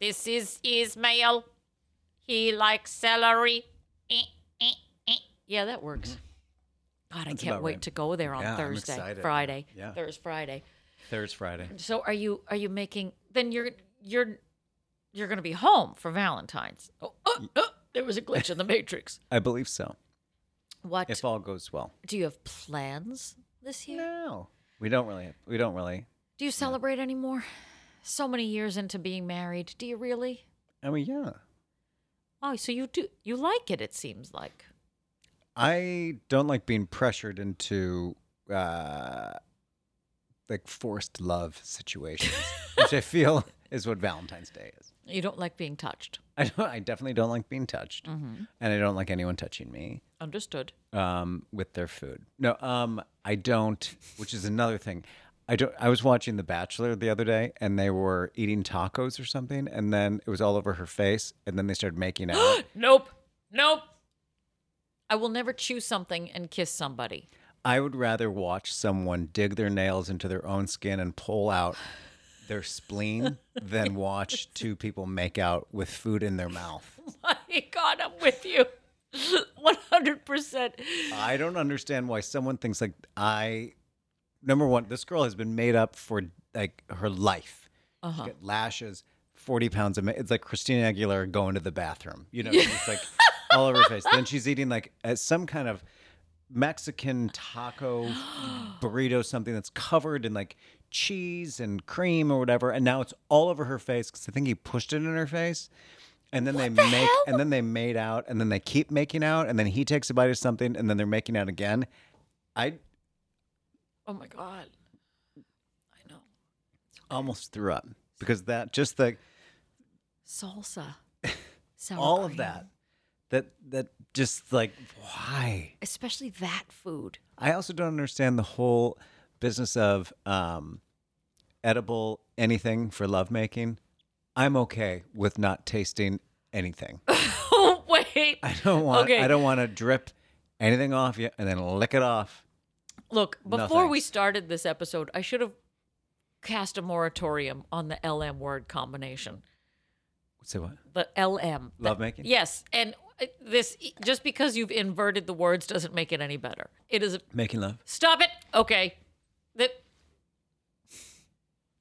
Speaker 5: this is Ismail. He likes celery. Eh, eh, eh. Yeah, that works. God, I
Speaker 6: That's
Speaker 5: can't
Speaker 6: about
Speaker 5: wait
Speaker 6: right.
Speaker 5: to go there on
Speaker 6: Yeah, I'm
Speaker 5: Thursday,
Speaker 6: excited.
Speaker 5: Friday,
Speaker 6: Yeah.
Speaker 5: Thursday, Friday.
Speaker 6: Thursday, Friday.
Speaker 5: So are you are you making? Then you're you're you're gonna be home for Valentine's. Oh, oh, oh there was a glitch in the
Speaker 6: [LAUGHS]
Speaker 5: matrix.
Speaker 6: I believe so.
Speaker 5: What
Speaker 6: If all goes well.
Speaker 5: do you have plans this year?
Speaker 6: No, we don't really. We don't really.
Speaker 5: Do you celebrate anymore? So many years into being married, do you really?
Speaker 6: I mean, yeah.
Speaker 5: Oh, so you do you like it? It seems like.
Speaker 6: I don't like being pressured into uh, like forced love situations, which I feel is what Valentine's Day is.
Speaker 5: You don't like being touched.
Speaker 6: I don't, I definitely don't like being touched, and I don't like anyone touching me
Speaker 5: Understood.
Speaker 6: um, with their food. No, um, I don't. Which is another thing. I don't. I was watching The Bachelor the other day, and they were eating tacos or something, and then it was all over her face, and then they started making out.
Speaker 5: Nope. Nope. I will never chew something and kiss somebody.
Speaker 6: I would rather watch someone dig their nails into their own skin and pull out their spleen than watch two people make out with food in their mouth.
Speaker 5: My [LAUGHS] God, I'm with [LAUGHS] you. 100%.
Speaker 6: I don't understand why someone thinks like I. Number one, this girl has been made up for like her life. She got lashes, forty pounds of. Ma- it's like Christina Aguilera going to the bathroom. You know, it's like all over her face. Then she's eating like uh, some kind of Mexican taco burrito, something that's covered in like cheese and cream or whatever. And now it's all over her face because I think he pushed it in her face. And then they make, and then they made out, and then they keep making out, and then he takes a bite of something, and then they're making out again. I
Speaker 5: Oh my God. I know.
Speaker 6: almost threw up because that just the
Speaker 5: [LAUGHS] salsa, sour
Speaker 6: all of
Speaker 5: cream,
Speaker 6: that that that just like why
Speaker 5: especially that food.
Speaker 6: I also don't understand the whole business of um, edible anything for lovemaking. I'm okay with not tasting anything.
Speaker 5: Oh [LAUGHS] wait,
Speaker 6: I don't want.
Speaker 5: Okay.
Speaker 6: I don't want to drip anything off you and then lick it off.
Speaker 5: Look,
Speaker 6: No,
Speaker 5: before we
Speaker 6: thanks.
Speaker 5: started this episode, I should have cast a moratorium on the LM word combination.
Speaker 6: Say what?
Speaker 5: The LM. the-
Speaker 6: Lovemaking?
Speaker 5: Yes. And uh, this, just because you've inverted the words doesn't make it any better. It is, a-
Speaker 6: Making love?
Speaker 5: stop it. Okay. That,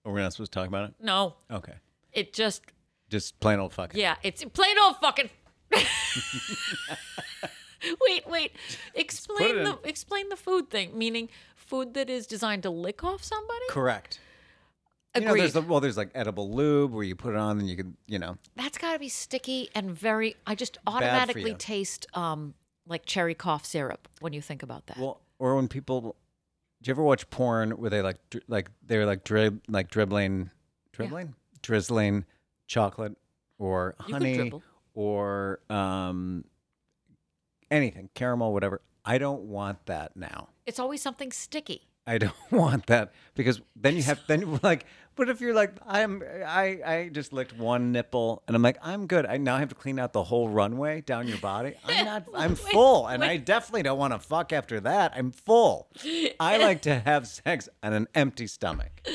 Speaker 6: Are we not supposed to talk about it?
Speaker 5: no,
Speaker 6: Okay.
Speaker 5: it just,
Speaker 6: Just plain old fucking.
Speaker 5: yeah, it's plain old fucking. [LAUGHS] wait, wait. Explain
Speaker 6: it
Speaker 5: the
Speaker 6: in.
Speaker 5: explain the food thing, meaning food that is designed to lick off somebody.
Speaker 6: Correct. You
Speaker 5: Agreed.
Speaker 6: know, there's the, well, there's like edible lube where you put it on and you can, you know,
Speaker 5: That's got to be sticky and very. I just
Speaker 6: for
Speaker 5: automatically
Speaker 6: you.
Speaker 5: taste um, like cherry cough syrup when you think about that.
Speaker 6: Well, or when people, do you ever watch porn where they like, dri- like they're like drib, like dribbling, dribbling, drizzling chocolate or
Speaker 5: could
Speaker 6: honey
Speaker 5: dribble.
Speaker 6: or um, anything, caramel, whatever. I don't want that now.
Speaker 5: it's always something sticky.
Speaker 6: I don't [LAUGHS] want that because then you have then you're like, but if you're like, I'm I I just licked one nipple and I'm like, I'm good. I now have to clean out the whole runway down your body. I'm not. I'm full, and I definitely don't want to fuck after that. I'm full. I like to have sex on an empty stomach.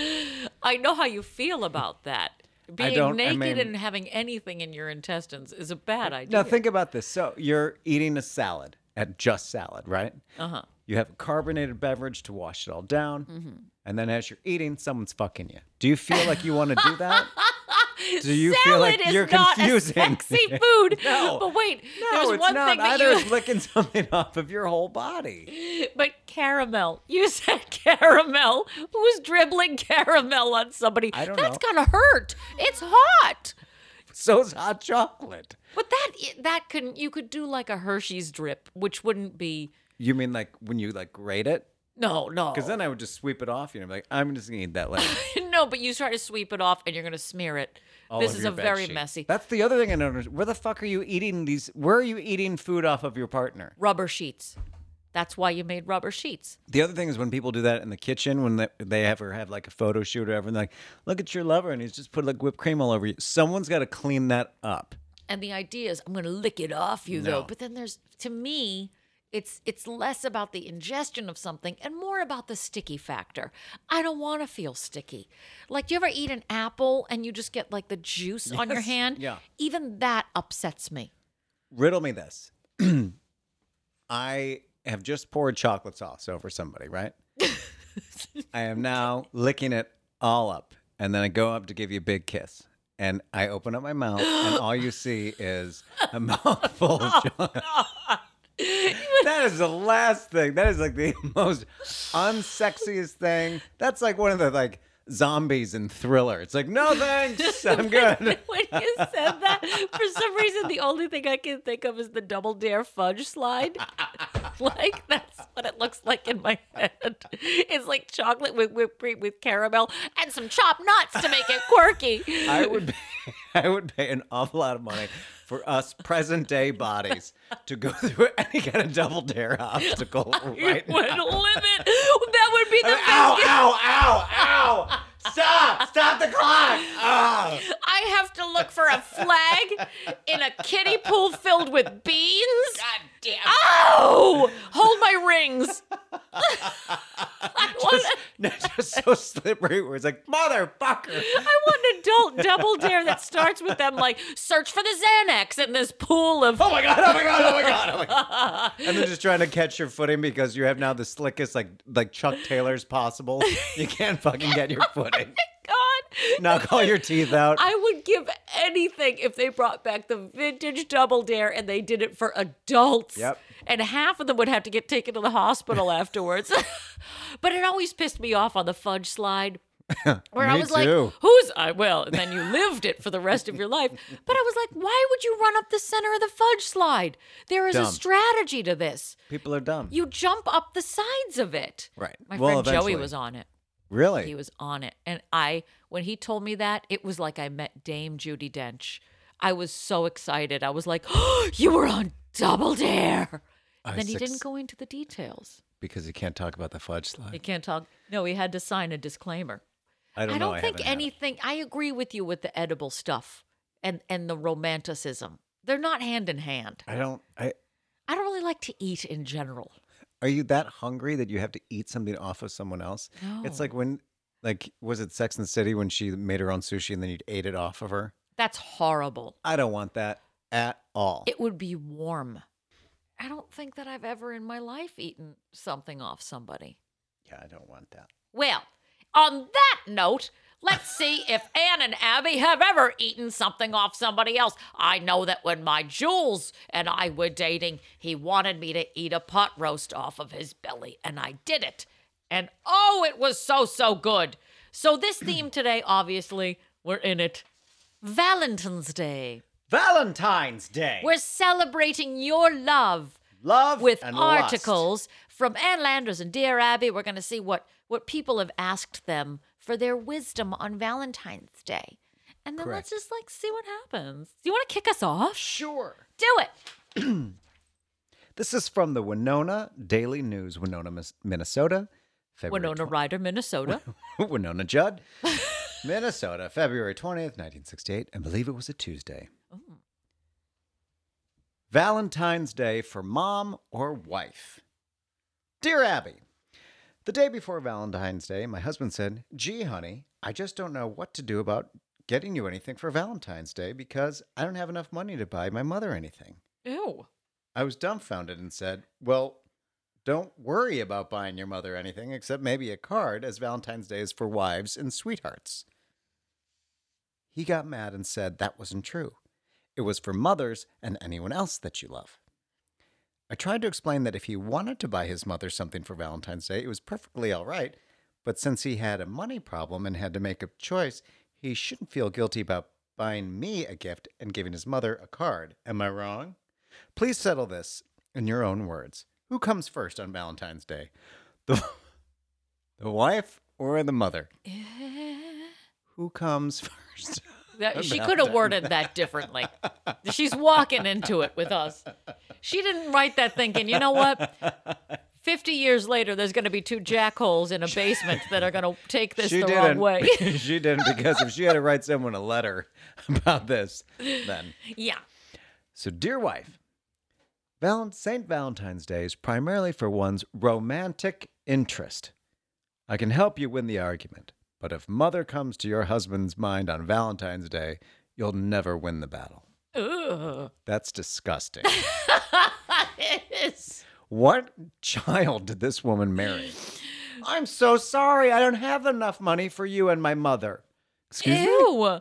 Speaker 5: I know how you feel about that. Being
Speaker 6: don't- I
Speaker 5: naked
Speaker 6: mean-
Speaker 5: and having anything in your intestines is a bad idea.
Speaker 6: Now think about this. So you're eating a salad at just salad, right? Uh
Speaker 5: Uh-huh.
Speaker 6: huh. You have a carbonated beverage to wash it all down,
Speaker 5: Mm-hmm.
Speaker 6: and then as you're eating, someone's fucking you. Do you feel like you want to do
Speaker 5: [LAUGHS]
Speaker 6: that? Do you feel
Speaker 5: Salad
Speaker 6: like
Speaker 5: is
Speaker 6: you're
Speaker 5: not
Speaker 6: confusing?
Speaker 5: a sexy food.
Speaker 6: [LAUGHS] No.
Speaker 5: But wait,
Speaker 6: No,
Speaker 5: there's
Speaker 6: it's
Speaker 5: one
Speaker 6: not.
Speaker 5: thing that
Speaker 6: Either
Speaker 5: you
Speaker 6: it's licking something [LAUGHS] off of your whole body.
Speaker 5: [LAUGHS] but caramel. You said [LAUGHS] caramel. Who's dribbling [LAUGHS] caramel on somebody?
Speaker 6: I don't
Speaker 5: That's
Speaker 6: know.
Speaker 5: gonna hurt. It's hot.
Speaker 6: So is hot chocolate.
Speaker 5: But that that can you could do like a Hershey's drip, which wouldn't be
Speaker 6: You mean like when you like grate it?
Speaker 5: no, no,
Speaker 6: Because then I would just sweep it off you and be like, I'm just gonna eat that later.
Speaker 5: [LAUGHS] no. But you try to sweep it off, and you're gonna smear it.
Speaker 6: all
Speaker 5: this
Speaker 6: of
Speaker 5: is
Speaker 6: your
Speaker 5: a
Speaker 6: bed
Speaker 5: very
Speaker 6: sheet.
Speaker 5: messy
Speaker 6: That's the other thing I don't understand. Where the fuck are you eating these? Where are you eating food off of your partner?
Speaker 5: rubber sheets. That's why you made rubber sheets.
Speaker 6: The other thing is when people do that in the kitchen when they, they ever have like a photo shoot or ever, and they're like, look at your lover and he's just put like whipped cream all over you. Someone's got to clean that up.
Speaker 5: And the idea is, I'm gonna lick it off you though.
Speaker 6: No.
Speaker 5: But then there's to me. It's it's less about the ingestion of something and more about the sticky factor. I don't want to feel sticky. Like, do you ever eat an apple and you just get like the juice on your
Speaker 6: Yes.
Speaker 5: hand?
Speaker 6: Yeah.
Speaker 5: Even that upsets me.
Speaker 6: Riddle me this. [CLEARS THROAT] I have just poured chocolate sauce over somebody, right? I am now licking it all up. And then I go up to give you a big kiss. And I open up my mouth, and all you see is a mouthful of chocolate. That is the last thing. That is like the [LAUGHS] most unsexiest thing. That's like one of the like zombies in Thriller. It's like, no thanks, I'm
Speaker 5: [LAUGHS]
Speaker 6: good.
Speaker 5: when you said that, for some reason, the only thing I can think of is the double dare fudge slide. [LAUGHS] like that's what it looks like in my head. It's like chocolate with whipped cream with caramel and some chopped nuts to make it quirky.
Speaker 6: [LAUGHS] I would pay, I would pay an awful lot of money for us present day bodies to go through [LAUGHS] any kind of double dare obstacle right
Speaker 5: [LAUGHS] you would
Speaker 6: now.
Speaker 5: live it. That would be the best.
Speaker 6: [LAUGHS] Ow, ow, ow, ow! Stop! Stop the clock! Ah! [LAUGHS]
Speaker 5: I have to look for a flag in a kiddie pool filled with beans. God damn. Oh, hold my rings. [LAUGHS]
Speaker 6: [LAUGHS]
Speaker 5: I want to.
Speaker 6: No, it's just so slippery where it's like, motherfucker!
Speaker 5: I want an adult double dare that starts with them like search for the Xanax in this pool of
Speaker 6: Oh my god, oh my god, oh my god, oh my god. And then just trying to catch your footing because you have now the slickest like like Chuck Taylor's possible. You can't fucking get your footing.
Speaker 5: God.
Speaker 6: Knock all your teeth out.
Speaker 5: I would give anything if they brought back the vintage double dare and they did it for adults.
Speaker 6: Yep.
Speaker 5: And half of them would have to get taken to the
Speaker 6: [LAUGHS]
Speaker 5: hospital afterwards. [LAUGHS] but it always pissed me off on the fudge
Speaker 6: [LAUGHS]
Speaker 5: slide. Where I
Speaker 6: Me
Speaker 5: was
Speaker 6: too.
Speaker 5: like, who's I? Well, and then you lived it for the rest of your life. But I was like, why would you run up the center of the fudge slide? There is a
Speaker 6: Dumb.
Speaker 5: strategy to this.
Speaker 6: People are dumb.
Speaker 5: You jump up the sides of it.
Speaker 6: Right.
Speaker 5: My
Speaker 6: Well,
Speaker 5: friend Joey
Speaker 6: eventually.
Speaker 5: was on it.
Speaker 6: Really?
Speaker 5: He was on it. And I, when he told me that, it was like I met Dame Judy Dench. I was so excited. I was like, [GASPS] oh, you were on Double Dare.
Speaker 6: I
Speaker 5: then he
Speaker 6: six-
Speaker 5: didn't go into the details.
Speaker 6: because you can't talk about the fudge
Speaker 5: He
Speaker 6: slide.
Speaker 5: can't talk. No, he had to sign a disclaimer.
Speaker 6: I don't know. I
Speaker 5: think
Speaker 6: haven't had it.
Speaker 5: anything. I agree with you with the edible stuff and and the romanticism. They're not hand in hand.
Speaker 6: I don't. I
Speaker 5: I don't really like to eat in general.
Speaker 6: Are you that hungry that you have to eat something off of someone else? It's like when, like, was it Sex and the City when she made her own sushi and then you ate it off of her?
Speaker 5: That's horrible.
Speaker 6: I don't want that at all.
Speaker 5: It would be warm. I don't think that I've ever in my life eaten something off somebody.
Speaker 6: yeah, I don't want that.
Speaker 5: Well, on that note, let's see if Anne and Abby have ever eaten something off somebody else. I know that when my Jules and I were dating, he wanted me to eat a pot roast off of his belly, and I did it. And oh, it was so, so good. So, this theme today, obviously, we're in it. Valentine's Day.
Speaker 6: Valentine's Day.
Speaker 5: We're celebrating your love
Speaker 6: Love
Speaker 5: with
Speaker 6: and lust.
Speaker 5: articles from Ann Landers and Dear Abby. We're going to see what what people have asked them for their wisdom on Valentine's Day, and then let's just like see what happens. Do you want to kick us off? Sure, do it.
Speaker 6: This is from the Winona Daily News, Winona, Mis- Minnesota. February
Speaker 5: Winona Ryder, Minnesota. [LAUGHS]
Speaker 6: [LAUGHS] Winona Judd, Minnesota, February 20th, 1968. I believe it was a Tuesday.
Speaker 5: Oh.
Speaker 6: Valentine's Day for mom or wife. Dear Abby, the day before Valentine's Day, my husband said, Gee, honey, I just don't know what to do about getting you anything for Valentine's Day because I don't have enough money to buy my mother anything.
Speaker 5: Ew.
Speaker 6: I was dumbfounded and said, Well, don't worry about buying your mother anything except maybe a card, as Valentine's Day is for wives and sweethearts. He got mad and said that wasn't true. It was for mothers and anyone else that you love. I tried to explain that if he wanted to buy his mother something for Valentine's Day, it was perfectly all right, but since he had a money problem and had to make a choice, he shouldn't feel guilty about buying me a gift and giving his mother a card. Am I wrong? Please settle this in your own words. Who comes first on Valentine's Day? The, [LAUGHS] the wife or the mother? Who
Speaker 5: [LAUGHS]
Speaker 6: comes first?
Speaker 5: That, she could have worded that differently. She's walking into it with us. She didn't write that thinking, you know what? 50 years later, there's going to be two jackholes
Speaker 6: [LAUGHS]
Speaker 5: in a basement that are going to take this the wrong way.
Speaker 6: she didn't because if she had to write someone a letter [LAUGHS] about this, then
Speaker 5: yeah.
Speaker 6: So, dear wife, Val- St. Valentine's Day is primarily for one's romantic interest. I can help you win the argument, but if mother comes to your husband's mind on Valentine's Day, you'll never win the battle.
Speaker 5: Ugh. [LAUGHS]
Speaker 6: That's disgusting.
Speaker 5: It is.
Speaker 6: what child did this woman marry? I'm so sorry. I don't have enough money for you and my mother. Excuse me?
Speaker 5: Ew.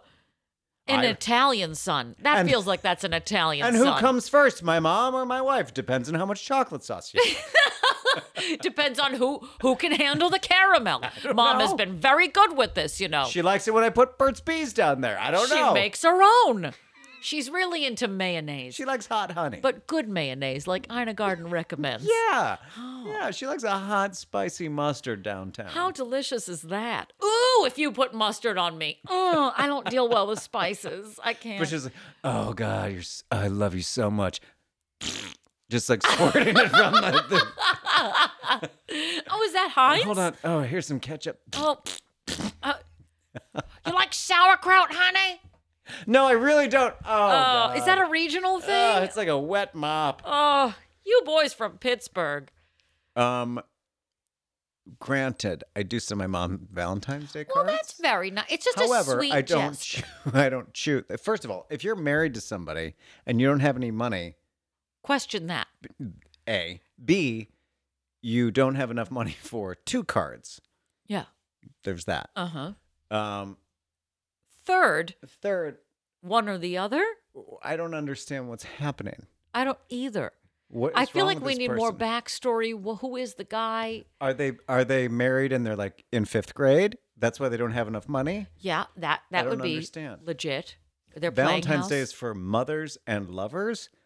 Speaker 5: An
Speaker 6: I-
Speaker 5: Italian son. That
Speaker 6: And-
Speaker 5: feels like that's an Italian
Speaker 6: And
Speaker 5: son.
Speaker 6: who comes first, my mom or my wife? Depends on how much chocolate sauce
Speaker 5: [LAUGHS]
Speaker 6: you have.
Speaker 5: [LAUGHS] Depends on who who can handle the
Speaker 6: [LAUGHS]
Speaker 5: caramel. Mom has
Speaker 6: know.
Speaker 5: been very good with this, you know.
Speaker 6: She likes it when I put Burt's Bees down there. I don't
Speaker 5: she
Speaker 6: know.
Speaker 5: makes her own. She's really into mayonnaise.
Speaker 6: She likes hot honey.
Speaker 5: but good mayonnaise, like Ina Garden recommends.
Speaker 6: yeah, yeah, she likes a hot spicy mustard downtown.
Speaker 5: Oh. How delicious is that? Ooh, if you put mustard on me. Oh, I don't deal well with spices. I can't.
Speaker 6: But she's like, oh god, you're, s- I love you so much. [LAUGHS] Just like squirting it from the.
Speaker 5: [LAUGHS]
Speaker 6: the
Speaker 5: oh, is that Heinz?
Speaker 6: hold on. Oh, here's some ketchup.
Speaker 5: Oh. uh, you like sauerkraut, honey?
Speaker 6: No, I really don't. Oh,
Speaker 5: Uh,
Speaker 6: god.
Speaker 5: is that a regional thing?
Speaker 6: Oh, it's like a wet mop.
Speaker 5: oh, you boys from Pittsburgh.
Speaker 6: Um, granted, I do send my mom Valentine's Day
Speaker 5: Well,
Speaker 6: cards.
Speaker 5: that's very nice. It's just a
Speaker 6: However,
Speaker 5: sweet
Speaker 6: I don't.
Speaker 5: gesture.
Speaker 6: Choo- [LAUGHS] I don't shoot. First of all, if you're married to somebody and you don't have any money,
Speaker 5: Question that.
Speaker 6: A. B. You don't have enough money [LAUGHS] for two cards.
Speaker 5: Yeah.
Speaker 6: There's that.
Speaker 5: Uh huh.
Speaker 6: Um,
Speaker 5: Third,
Speaker 6: third,
Speaker 5: one or the other?
Speaker 6: I don't understand what's happening.
Speaker 5: I don't either.
Speaker 6: What
Speaker 5: I
Speaker 6: is
Speaker 5: feel
Speaker 6: wrong
Speaker 5: like
Speaker 6: with
Speaker 5: we
Speaker 6: this
Speaker 5: need more
Speaker 6: person?
Speaker 5: backstory. Wh- Who is the guy?
Speaker 6: Are they are they married and they're like in fifth grade? That's why they don't have enough money.
Speaker 5: Yeah, that that would
Speaker 6: don't
Speaker 5: be
Speaker 6: understand.
Speaker 5: legit. They're playing
Speaker 6: Valentine's Day
Speaker 5: house.
Speaker 6: is for mothers and lovers. [LAUGHS]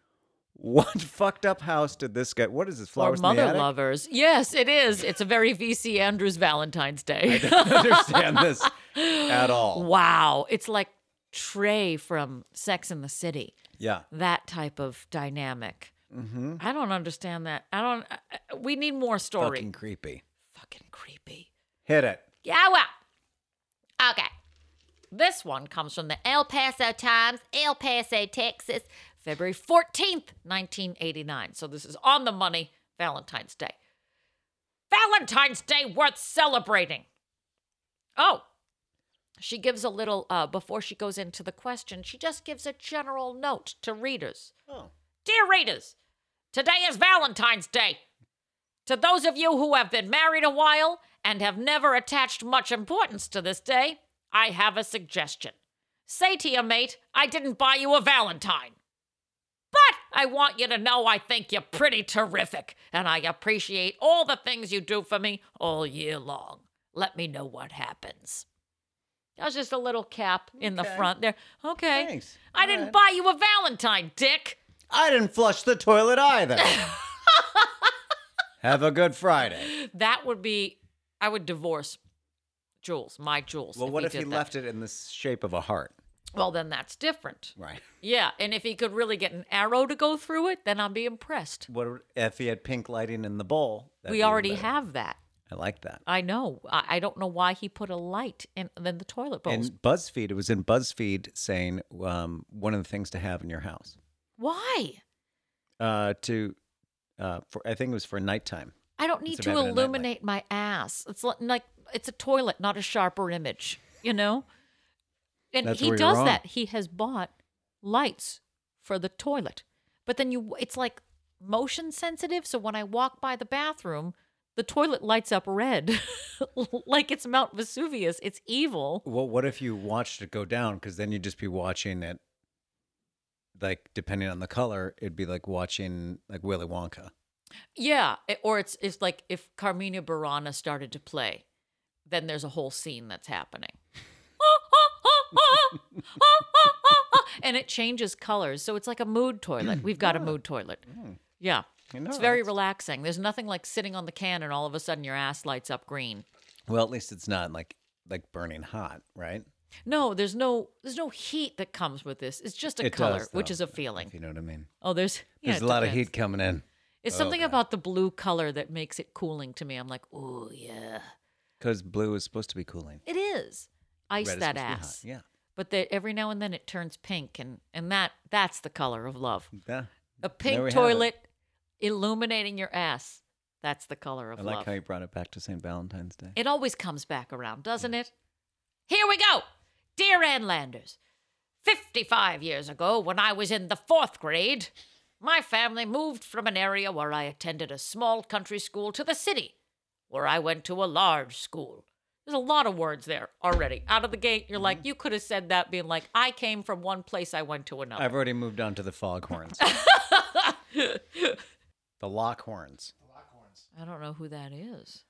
Speaker 6: What fucked up house did this guy? What is this?
Speaker 5: Or
Speaker 6: Flowers in the
Speaker 5: mother
Speaker 6: attic? [LAUGHS]
Speaker 5: lovers. Yes, it is. It's a very VC Andrews Valentine's Day.
Speaker 6: I don't understand
Speaker 5: [LAUGHS]
Speaker 6: this at all.
Speaker 5: wow. It's like Trey from Sex in the City.
Speaker 6: Yeah.
Speaker 5: That type of dynamic. I don't understand that. I don't. I- I- we need more story.
Speaker 6: Fucking creepy.
Speaker 5: Fucking creepy.
Speaker 6: Hit it.
Speaker 5: Yeah, well. Okay. This one comes from the El Paso Times, El Paso, Texas, February 14th, 1989. So this is on the money, Valentine's Day. Valentine's Day worth celebrating. Oh, she gives a little, uh, before she goes into the question, she just gives a general note to readers.
Speaker 6: Oh.
Speaker 5: Dear readers, today is Valentine's Day. To those of you who have been married a while and have never attached much importance to this day, I have a suggestion. Say to your mate, I didn't buy you a Valentine. But I want you to know I think you're pretty terrific, and I appreciate all the things you do for me all year long. Let me know what happens. That was just a little cap in the front there. Okay.
Speaker 6: Thanks.
Speaker 5: I didn't buy you a Valentine, Dick.
Speaker 6: I didn't flush the
Speaker 5: [LAUGHS]
Speaker 6: toilet either. Have a good Friday.
Speaker 5: That would be. I would divorce Jules, my Jules.
Speaker 6: Well, what if he
Speaker 5: did that.
Speaker 6: left it in the shape of a heart?
Speaker 5: Well, then that's different.
Speaker 6: Right.
Speaker 5: Yeah, and if he could really get an arrow to go through it, then I'd be impressed.
Speaker 6: What if he had pink lighting in the bowl? That'd
Speaker 5: we
Speaker 6: be even
Speaker 5: already
Speaker 6: better.
Speaker 5: have that.
Speaker 6: I like that.
Speaker 5: I know. I, I don't know why he put a light in then the toilet bowls.
Speaker 6: And BuzzFeed, it was in BuzzFeed saying um, one of the things to have in your house
Speaker 5: why?
Speaker 6: uh, to, uh, for, I think it was for nighttime.
Speaker 5: I don't need
Speaker 6: Instead
Speaker 5: to
Speaker 6: of having a nightlight.
Speaker 5: illuminate my ass. It's li- like it's a toilet, not a sharper image, you know? And
Speaker 6: That's
Speaker 5: he
Speaker 6: where you're
Speaker 5: does
Speaker 6: wrong.
Speaker 5: that. He has bought lights for the toilet. But then you it's like motion sensitive, so when I walk by the bathroom, the toilet lights up red. [LAUGHS] like it's Mount Vesuvius. It's evil.
Speaker 6: Well, what if you watched it go down? Because then you'd just be watching it, like depending on the color, it'd be like watching like Willy Wonka.
Speaker 5: Yeah, it- or it's it's like if Carmina Burana started to play, then there's a whole scene that's happening. [LAUGHS] and it changes colors, so it's like a mood toilet. We've got a mood toilet.
Speaker 6: Hmm.
Speaker 5: Yeah. it's very relaxing. There's nothing like sitting on the can and all of a sudden your ass lights up green.
Speaker 6: Well, at least it's not like like burning hot, right?
Speaker 5: No, there's no there's no heat that comes with this. It's just a
Speaker 6: It does,
Speaker 5: color, which
Speaker 6: though,
Speaker 5: is a
Speaker 6: If
Speaker 5: feeling.
Speaker 6: you know what I mean.
Speaker 5: Oh, there's yeah,
Speaker 6: There's
Speaker 5: it
Speaker 6: a lot of
Speaker 5: depends.
Speaker 6: heat Oh, coming in
Speaker 5: It's something about the blue color that makes it cooling to me. I'm like, "Oh, yeah."
Speaker 6: because blue is supposed to be cooling.
Speaker 5: It is. Ice
Speaker 6: Red is
Speaker 5: that
Speaker 6: supposed to be hot,
Speaker 5: ass. But that every now and then it turns pink and and that that's the color of love.
Speaker 6: Yeah.
Speaker 5: A
Speaker 6: we have
Speaker 5: pink
Speaker 6: it.
Speaker 5: toilet illuminating your ass. That's the color of
Speaker 6: I like
Speaker 5: love.
Speaker 6: how you brought it back to St. Valentine's Day.
Speaker 5: It always comes back around, doesn't it? Here we go. Dear Ann Landers, 55 years ago, when I was in the fourth grade, my family moved from an area where I attended a small country school to the city, where I went to a large school. There's a lot of words there already. Out of the gate, you're like, you could have said that being like, I came from one place, I went to another.
Speaker 6: I've already moved on to the foghorns. the lockhorns.
Speaker 5: [LAUGHS] I don't know who that is.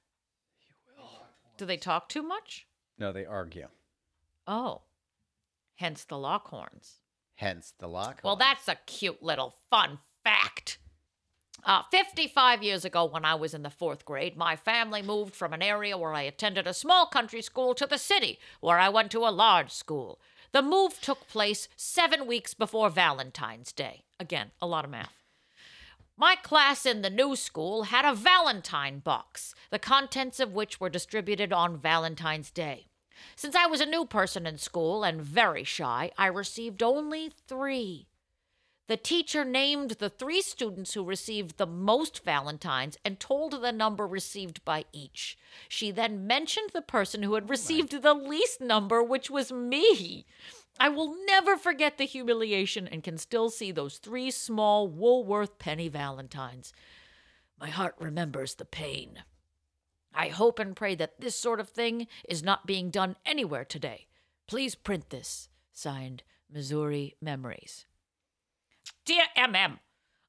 Speaker 5: Do they talk too much?
Speaker 6: No, they argue.
Speaker 5: Oh, hence the Lockhorns.
Speaker 6: Hence the lockhorn.
Speaker 5: Well, that's a cute little fun fact. Uh, 55 years ago, when I was in the fourth grade, my family moved from an area where I attended a small country school to the city, where I went to a large school. The move took place seven weeks before Valentine's Day. Again, a lot of math. My class in the new school had a Valentine box, the contents of which were distributed on Valentine's Day. Since I was a new person in school and very shy, I received only three. The teacher named the three students who received the most Valentines and told the number received by each. She then mentioned the person who had received the least number, which was me. I will never forget the humiliation and can still see those three small Woolworth penny Valentines. My heart remembers the pain. I hope and pray that this sort of thing is not being done anywhere today. Please print this. Signed, Missouri Memories. Dear MM,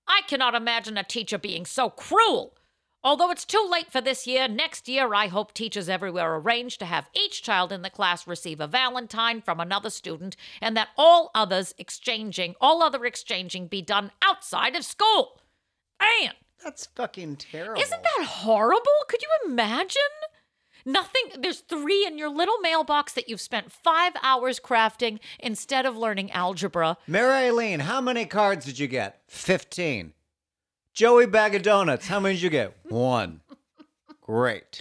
Speaker 5: I cannot imagine a teacher being so cruel. Although it's too late for this year, next year I hope teachers everywhere arrange to have each child in the class receive a Valentine from another student and that all others exchanging, all other exchanging be done outside of school. Anne,
Speaker 6: That's fucking terrible.
Speaker 5: isn't that horrible? Could you imagine? Nothing, there's three in your little mailbox that you've spent five hours crafting instead of learning algebra.
Speaker 6: Mary Eileen, how many cards did you get? 15. Joey Bag of Donuts, how many did you get?
Speaker 5: [LAUGHS]
Speaker 6: One. Great.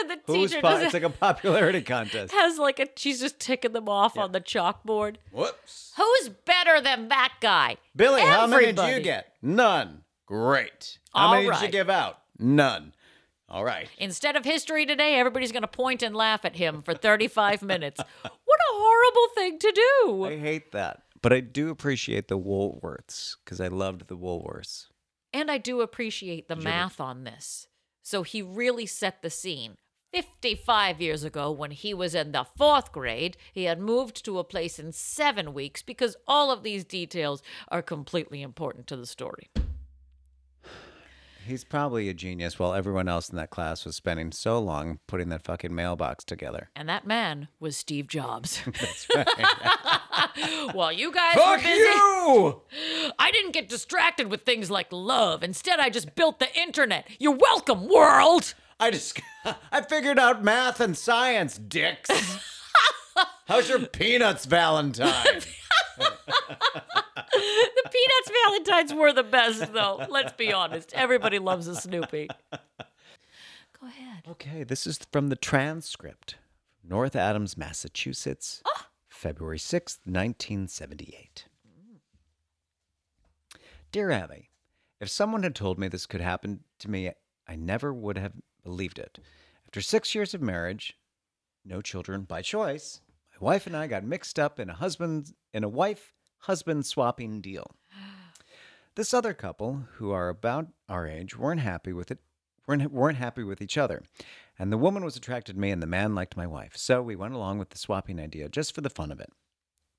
Speaker 5: And the
Speaker 6: Who's
Speaker 5: teacher
Speaker 6: po-
Speaker 5: just
Speaker 6: it's like a popularity contest. [LAUGHS]
Speaker 5: has like a, she's just ticking them off on the chalkboard.
Speaker 6: Whoops.
Speaker 5: Who's better than that guy?
Speaker 6: Billy, how many did you
Speaker 5: Everybody.
Speaker 6: get? None. Great. How
Speaker 5: All
Speaker 6: many did you
Speaker 5: right.
Speaker 6: give out? None. All right.
Speaker 5: Instead of history today, everybody's going to point and laugh at him for 35 [LAUGHS] minutes. What a horrible thing to
Speaker 6: I
Speaker 5: do.
Speaker 6: hate that. But I do appreciate the Woolworths because I loved the Woolworths.
Speaker 5: And I do appreciate the math on this. So he really set the scene. 55 years ago, when he was in the fourth grade, he had moved to a place in seven weeks because all of these details are completely important to the story.
Speaker 6: He's probably a genius while everyone else in that class was spending so long putting that fucking mailbox together.
Speaker 5: And that man was Steve Jobs. [LAUGHS] While you guys were busy.
Speaker 6: you!
Speaker 5: I didn't get distracted with things like love. Instead, I just built the internet. You're welcome, world.
Speaker 6: I just [LAUGHS] I figured out math and science,
Speaker 5: [LAUGHS]
Speaker 6: dicks. How's your peanuts, Valentine?
Speaker 5: [LAUGHS] The Peanuts Valentines were the best, though. Let's be honest. Everybody loves a Snoopy. Go ahead.
Speaker 6: okay, this is from the transcript, North Adams, Massachusetts, February sixth, nineteen seventy-eight. Dear Abby, if someone had told me this could happen to me, I never would have believed it. After six years of marriage, no children by choice, my wife and I got mixed up in a husband in a wife husband swapping deal. This other couple, who are about our age, weren't happy with it. weren't weren't happy with each other, and the woman was attracted to me, and the man liked my wife. So we went along with the swapping idea just for the fun of it.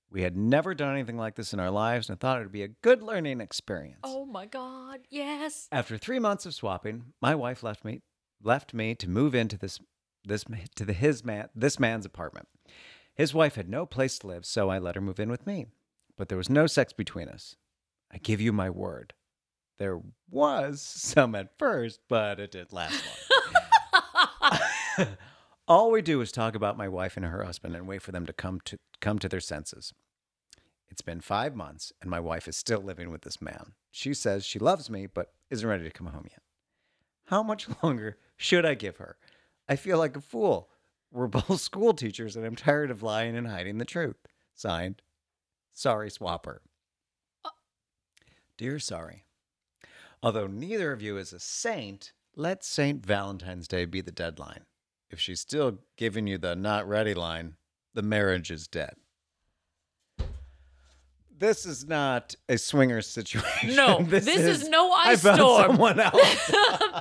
Speaker 6: We had never done anything like this in our lives, and thought it would be a good learning experience.
Speaker 5: Oh my God. Yes. [LAUGHS]
Speaker 6: After three months of swapping, my wife left me left me to move into this this ma- to the his man this man's apartment. His wife had no place to live, so I let her move in with me. But there was no sex between us. I give you my word. There was some at first, but it didn't last long. [LAUGHS] All we do is talk about my wife and her husband and wait for them to come to come to their senses. It's been five months, and my wife is still living with this man. She says she loves me, but isn't ready to come home yet. How much [LAUGHS] longer should I give her? I feel like a fool. We're both [LAUGHS] school teachers, and I'm tired of lying and hiding the truth. Signed, Sorry Swapper.
Speaker 5: Uh.
Speaker 6: Dear Sorry, although neither of you is a saint, let Saint Valentine's Day be the deadline. If she's still giving you the not ready line, the marriage is dead this is not a swinger [LAUGHS] situation.
Speaker 5: No, this is no
Speaker 6: I
Speaker 5: ice
Speaker 6: found
Speaker 5: storm. [LAUGHS]
Speaker 6: someone else.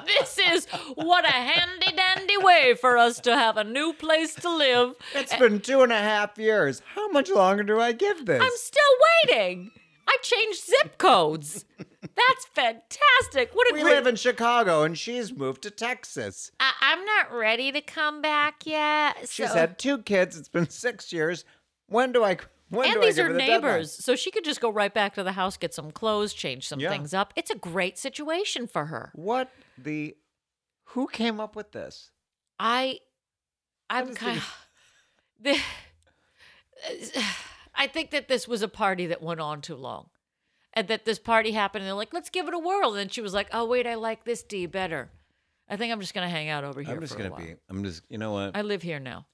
Speaker 5: this is what a handy dandy way for us to have a new place to live.
Speaker 6: it's been two and a half years. How much longer do I give this?
Speaker 5: I'm still waiting. I changed zip
Speaker 6: [LAUGHS]
Speaker 5: codes. That's fantastic. What a
Speaker 6: we
Speaker 5: great
Speaker 6: live in Chicago, and she's moved to Texas.
Speaker 5: I- I'm not ready to come back yet.
Speaker 6: She's
Speaker 5: so-
Speaker 6: had two kids. It's been six years. When do I? When do
Speaker 5: and
Speaker 6: I
Speaker 5: these
Speaker 6: give
Speaker 5: are
Speaker 6: her the
Speaker 5: neighbors, so she could just go right back to the house, get some clothes, change some
Speaker 6: Yeah.
Speaker 5: things up. It's a great situation for her.
Speaker 6: deadline? What the? Who came up with this?
Speaker 5: I, I'm
Speaker 6: is
Speaker 5: [SIGHS] kind of. [SIGHS] I think that this was a party that went on too long, and that this party happened, and they're like, "Let's give it a whirl." And she was like, "Oh wait, I like this D better. I think I'm just gonna hang out over here."
Speaker 6: I'm just
Speaker 5: for a
Speaker 6: gonna
Speaker 5: while.
Speaker 6: be. I'm just. You know what? I,
Speaker 5: I live here now.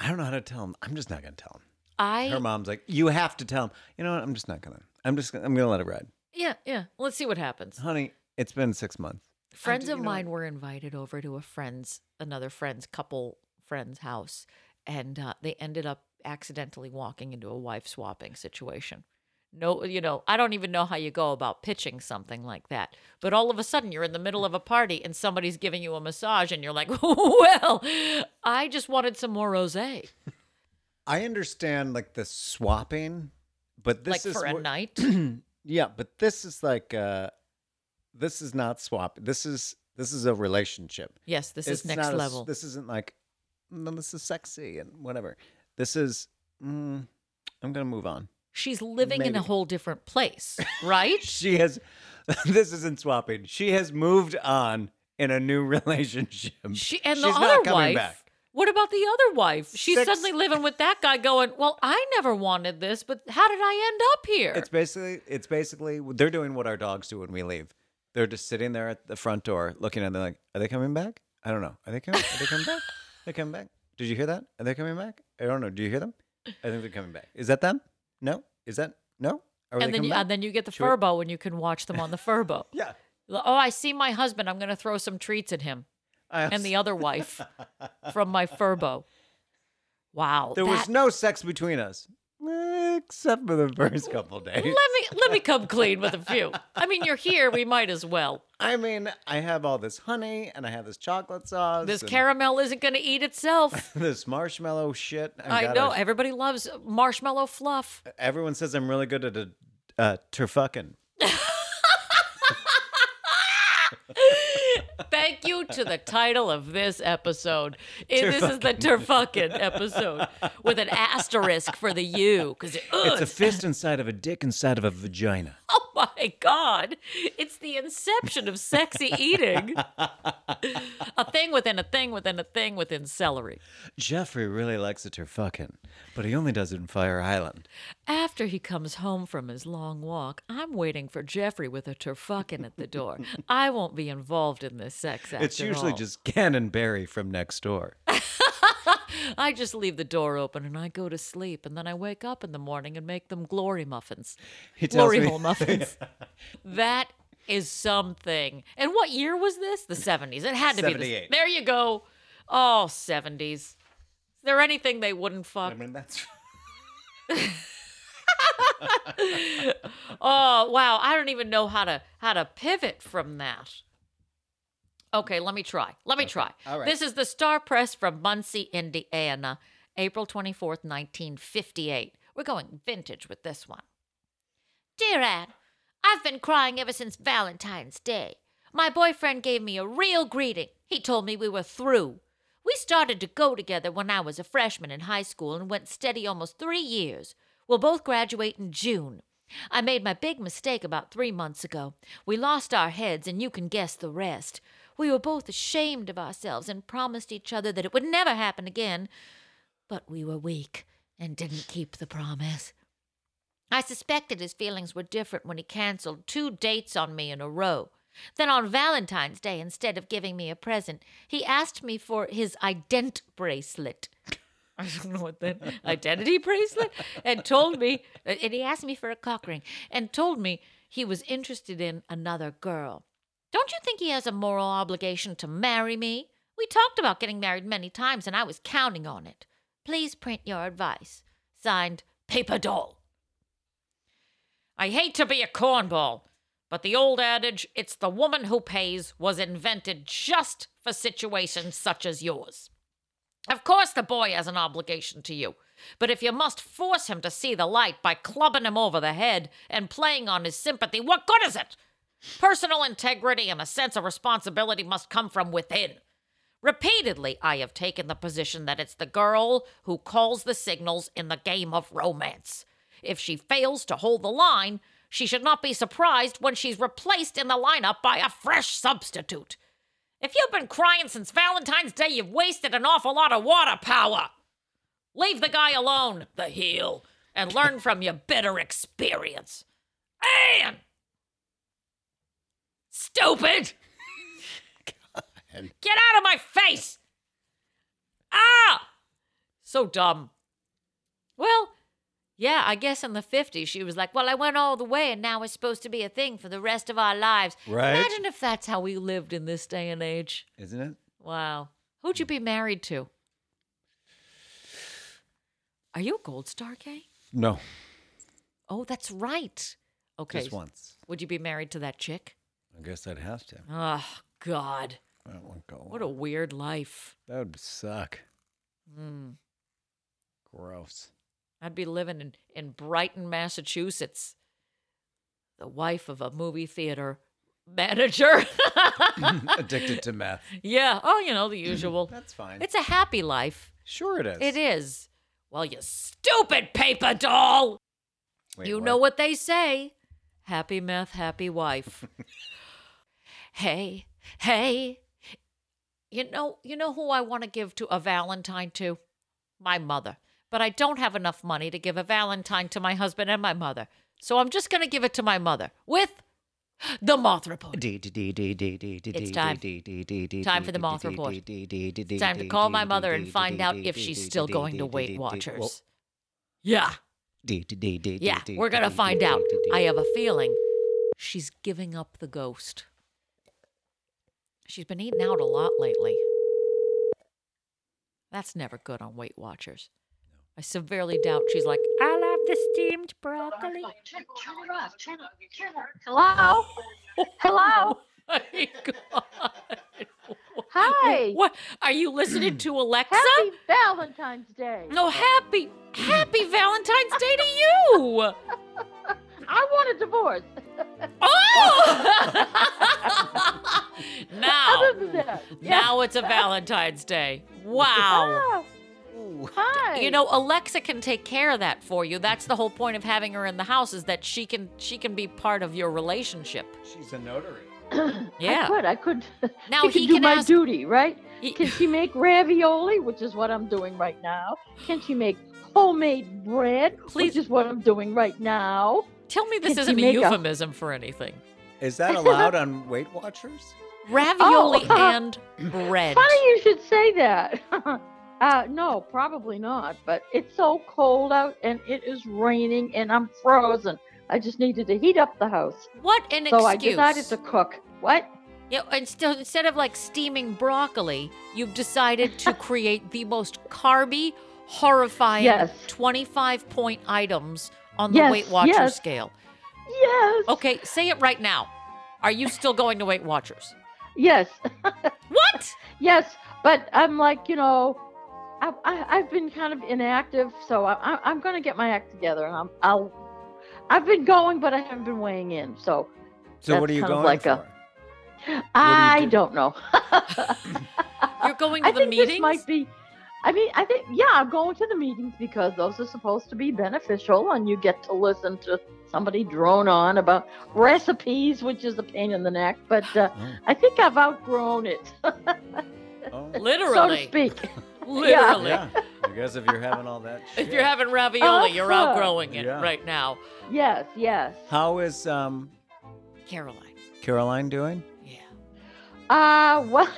Speaker 6: don't know how to tell him. I'm just not gonna tell him.
Speaker 5: I
Speaker 6: Her mom's like, you have to tell him. You know what? I'm just not gonna. I'm just. gonna- I'm gonna let it ride.
Speaker 5: yeah yeah. Let's see what happens.
Speaker 6: honey, it's been six months.
Speaker 5: friends of mine were invited over to a friend's another friend's couple friend's house and uh, they ended up accidentally walking into a wife swapping situation no you know i don't even know how you go about pitching something like that but all of a sudden you're in the middle of a party and somebody's giving you a massage and you're like [LAUGHS] well i just wanted some more rosé
Speaker 6: I understand like the swapping, but this
Speaker 5: like
Speaker 6: is
Speaker 5: for a
Speaker 6: what- [CLEARS THROAT]
Speaker 5: night
Speaker 6: yeah, but this is like uh this is not swap. This is This is a relationship.
Speaker 5: Yes, this is
Speaker 6: It's
Speaker 5: next
Speaker 6: not a s-
Speaker 5: level.
Speaker 6: this isn't like, no, this is sexy and whatever. This is, mm, I'm gonna move on. [LAUGHS]
Speaker 5: She's living in a
Speaker 6: Maybe.
Speaker 5: whole different place,
Speaker 6: [LAUGHS]
Speaker 5: right?
Speaker 6: She has. this isn't swapping. She has moved on in a new [LAUGHS] relationship.
Speaker 5: she and the
Speaker 6: She's
Speaker 5: other
Speaker 6: not
Speaker 5: wife.
Speaker 6: coming back.
Speaker 5: What about the other wife? She's
Speaker 6: Six-
Speaker 5: suddenly living with that guy going, "Well, I never wanted this, but how did I end up here?"
Speaker 6: It's basically it's basically they're doing what our dogs do when we leave. They're just sitting there at the front door looking at them like, are they coming back? I don't know. Are they coming? Are they coming back? They coming back? Did you hear that? Are they coming back? I don't know. Do you hear them? I think they're coming back. Is that them? No. Is that no? Are
Speaker 5: and then you,
Speaker 6: coming
Speaker 5: and then you get the
Speaker 6: Should we-
Speaker 5: furbo and you can watch them on the furbo.
Speaker 6: [LAUGHS] yeah.
Speaker 5: Like, Oh, I see my husband. I'm going to throw some treats at him
Speaker 6: I
Speaker 5: and
Speaker 6: also-
Speaker 5: the other wife from my furbo. Wow.
Speaker 6: there was
Speaker 5: that-
Speaker 6: no sex between us except for the first
Speaker 5: [LAUGHS]
Speaker 6: couple days.
Speaker 5: Let me let me come clean with a few. I mean, you're here, we might as well.
Speaker 6: I mean, I have all this honey and I have this chocolate sauce.
Speaker 5: This
Speaker 6: and
Speaker 5: caramel isn't going to eat itself.
Speaker 6: [LAUGHS] This marshmallow shit. I've
Speaker 5: I
Speaker 6: got
Speaker 5: know
Speaker 6: a-
Speaker 5: everybody loves marshmallow fluff.
Speaker 6: Everyone says I'm really good at a uh, terfucking.
Speaker 5: Thank you to the title of this episode. It- this is the Terfuckin episode with an asterisk for the U because
Speaker 6: It's a fist inside of a dick inside of a vagina.
Speaker 5: oh my god, it's the inception of sexy eating. a thing within a thing within a thing within celery.
Speaker 6: Jeffrey really likes a terfucking, but he only does it in Fire Island.
Speaker 5: After he comes home from his long walk, I'm waiting for Jeffrey with a terfuckin at the door. I won't be involved in this sex act.
Speaker 6: it's
Speaker 5: at
Speaker 6: usually
Speaker 5: all.
Speaker 6: just Cannon Barry from next
Speaker 5: [LAUGHS]
Speaker 6: door.
Speaker 5: I just leave the door open and I go to sleep, and then I wake up in the morning and make them glory muffins.
Speaker 6: He tells
Speaker 5: glory
Speaker 6: me-
Speaker 5: hole
Speaker 6: [LAUGHS]
Speaker 5: muffins. that is something. And what year was this? The 70s. It had to be. The,
Speaker 6: 78.
Speaker 5: there you go. Oh, 70s. Is there anything they wouldn't fuck?
Speaker 6: mean, that's
Speaker 5: Oh, wow. I don't even know how to how to pivot from that. Okay, let me try. Let me try.
Speaker 6: all right.
Speaker 5: This is the Star Press from Muncie, Indiana, April 24th, 1958. We're going vintage with this one. Dear Anne, I've been crying ever since Valentine's Day. My boyfriend gave me a real greeting. He told me we were through. We started to go together when I was a freshman in high school and went steady almost three years. We'll both graduate in June. I made my big mistake about three months ago. We lost our heads, and you can guess the rest. We were both ashamed of ourselves and promised each other that it would never happen again. But we were weak and didn't keep the promise. I suspected his feelings were different when he canceled two dates on me in a row. Then on Valentine's Day, instead of giving me a present, he asked me for his ident bracelet. [LAUGHS] I don't know what that identity bracelet and told me uh, and he asked me for a cock ring and told me he was interested in another girl. Don't you think he has a moral obligation to marry me? We talked about getting married many times and I was counting on it. Please print your advice. Signed Paper Doll. I hate to be a cornball, but the old adage, it's the woman who pays, was invented just for situations such as yours. Of course, the boy has an obligation to you, but if you must force him to see the light by clubbing him over the head and playing on his sympathy, what good is it? Personal integrity and a sense of responsibility must come from within. Repeatedly, I have taken the position that it's the girl who calls the signals in the game of romance. If she fails to hold the line, she should not be surprised when she's replaced in the lineup by a fresh substitute. If you've been crying since Valentine's Day, you've wasted an awful lot of water power. Leave the guy alone, the heel, and learn from your bitter experience. Anne! Stupid! Get out of my face! Ah! So dumb. Well, yeah, I guess in the 50s she was like, well, I went all the way and now it's supposed to be a thing for the rest of our lives.
Speaker 6: Right.
Speaker 5: Imagine if that's how we lived in this day and age.
Speaker 6: isn't it?
Speaker 5: Wow. Who'd you be married to? Are you a gold star gay?
Speaker 6: No,
Speaker 5: Oh, that's right. Okay.
Speaker 6: just once.
Speaker 5: Would you be married to that chick?
Speaker 6: I guess I'd have to.
Speaker 5: Oh, God.
Speaker 6: That won't go.
Speaker 5: What a weird life.
Speaker 6: That would suck.
Speaker 5: Mm.
Speaker 6: Gross.
Speaker 5: I'd be living in, in Brighton, Massachusetts, the wife of a movie theater manager. [LAUGHS]
Speaker 6: addicted to meth.
Speaker 5: yeah. Oh, you
Speaker 6: [CLEARS THROAT]
Speaker 5: know, the usual.
Speaker 6: That's fine.
Speaker 5: It's a happy life.
Speaker 6: sure it is.
Speaker 5: It is. Well, you stupid paper doll.
Speaker 6: Wait,
Speaker 5: you know what they say happy meth, happy wife. hey, hey. You know, you know who I want to give to a Valentine to? My mother. But I don't have enough money to give a Valentine to my husband and my mother. So I'm just going to give it to my mother with the Moth Report. It's
Speaker 8: It's
Speaker 5: time.
Speaker 8: Time for the moth report. It's
Speaker 5: It's time to call my mother and find out if she's still going to Weight Watchers. Yeah. Yeah, we're going to find out. I have a feeling she's giving up the ghost. She's been eating out a lot lately. That's never good on Weight Watchers. I severely doubt she's like, I love the steamed broccoli.
Speaker 9: Hello?
Speaker 5: [LAUGHS]
Speaker 9: Hello?
Speaker 5: Oh My God.
Speaker 9: Hi.
Speaker 5: What are you listening to, Alexa?
Speaker 9: Happy Valentine's Day.
Speaker 5: no, happy, happy Valentine's Day to you.
Speaker 9: I want a divorce.
Speaker 5: Oh! [LAUGHS] now,
Speaker 9: Other than that.
Speaker 5: now it's a Valentine's Day. Wow.
Speaker 9: Ah, hi.
Speaker 5: You know, Alexa can take care of that for you. That's the whole point of having her in the house is that she can she can be part of your relationship.
Speaker 6: She's a notary.
Speaker 5: Yeah.
Speaker 9: I could. I could. [LAUGHS]
Speaker 5: Now
Speaker 9: she
Speaker 5: he
Speaker 9: do
Speaker 5: can
Speaker 9: my
Speaker 5: ask-
Speaker 9: duty, right?
Speaker 5: He-
Speaker 9: Can she make ravioli, which is what I'm doing right now? Can she make homemade bread,
Speaker 5: Please-
Speaker 9: which is what I'm doing right now?
Speaker 5: Tell me this
Speaker 9: Can she
Speaker 5: isn't a
Speaker 9: make a-
Speaker 5: euphemism for anything.
Speaker 6: Is that allowed on Weight Watchers?
Speaker 5: Ravioli
Speaker 9: Oh. [LAUGHS]
Speaker 5: and bread.
Speaker 9: Funny you should say that. [LAUGHS] uh, no, probably not. But it's so cold out, and it is raining, and I'm frozen. I just needed to heat up the house,
Speaker 5: What an
Speaker 9: so
Speaker 5: excuse.
Speaker 9: I decided to cook. What?
Speaker 5: Yeah, instead instead of like steaming broccoli, you've decided
Speaker 9: [LAUGHS]
Speaker 5: to create the most carby, horrifying
Speaker 9: Yes.
Speaker 5: 25 point items on the
Speaker 9: Yes,
Speaker 5: Weight Watcher
Speaker 9: yes.
Speaker 5: scale.
Speaker 9: Yes.
Speaker 5: Okay, say it right now. Are you still going to Weight Watchers?
Speaker 9: Yes.
Speaker 5: What?
Speaker 9: [LAUGHS] Yes. But I'm like, you know, I, I I've been kind of inactive, so I, I, I'm going to get my act together, and I'm I'll. I've been going, but I haven't been weighing in, so
Speaker 6: So what
Speaker 9: That's
Speaker 6: are you
Speaker 9: kind of
Speaker 6: going
Speaker 9: like
Speaker 6: for?
Speaker 9: a- I
Speaker 6: do?
Speaker 9: don't know.
Speaker 5: You're going to
Speaker 9: Uh, I
Speaker 5: the
Speaker 9: think
Speaker 5: meetings?
Speaker 9: this might be. I mean, I think yeah, I'm going to the meetings because those are supposed to be beneficial, and you get to listen to somebody drone on about recipes, which is a pain in the neck. But uh,
Speaker 6: Oh.
Speaker 9: I think I've outgrown it, [LAUGHS]
Speaker 6: Oh.
Speaker 5: [LAUGHS]
Speaker 9: so to
Speaker 5: Literally.
Speaker 9: speak.
Speaker 5: Literally.
Speaker 6: Yeah. I guess if you're having all that shit.
Speaker 5: [LAUGHS] If you're having ravioli, you're
Speaker 9: Uh-huh.
Speaker 5: outgrowing it
Speaker 6: Yeah.
Speaker 5: right now.
Speaker 9: Yes, yes.
Speaker 6: How is um
Speaker 5: Caroline.
Speaker 6: Caroline doing?
Speaker 5: Yeah.
Speaker 9: Uh, well,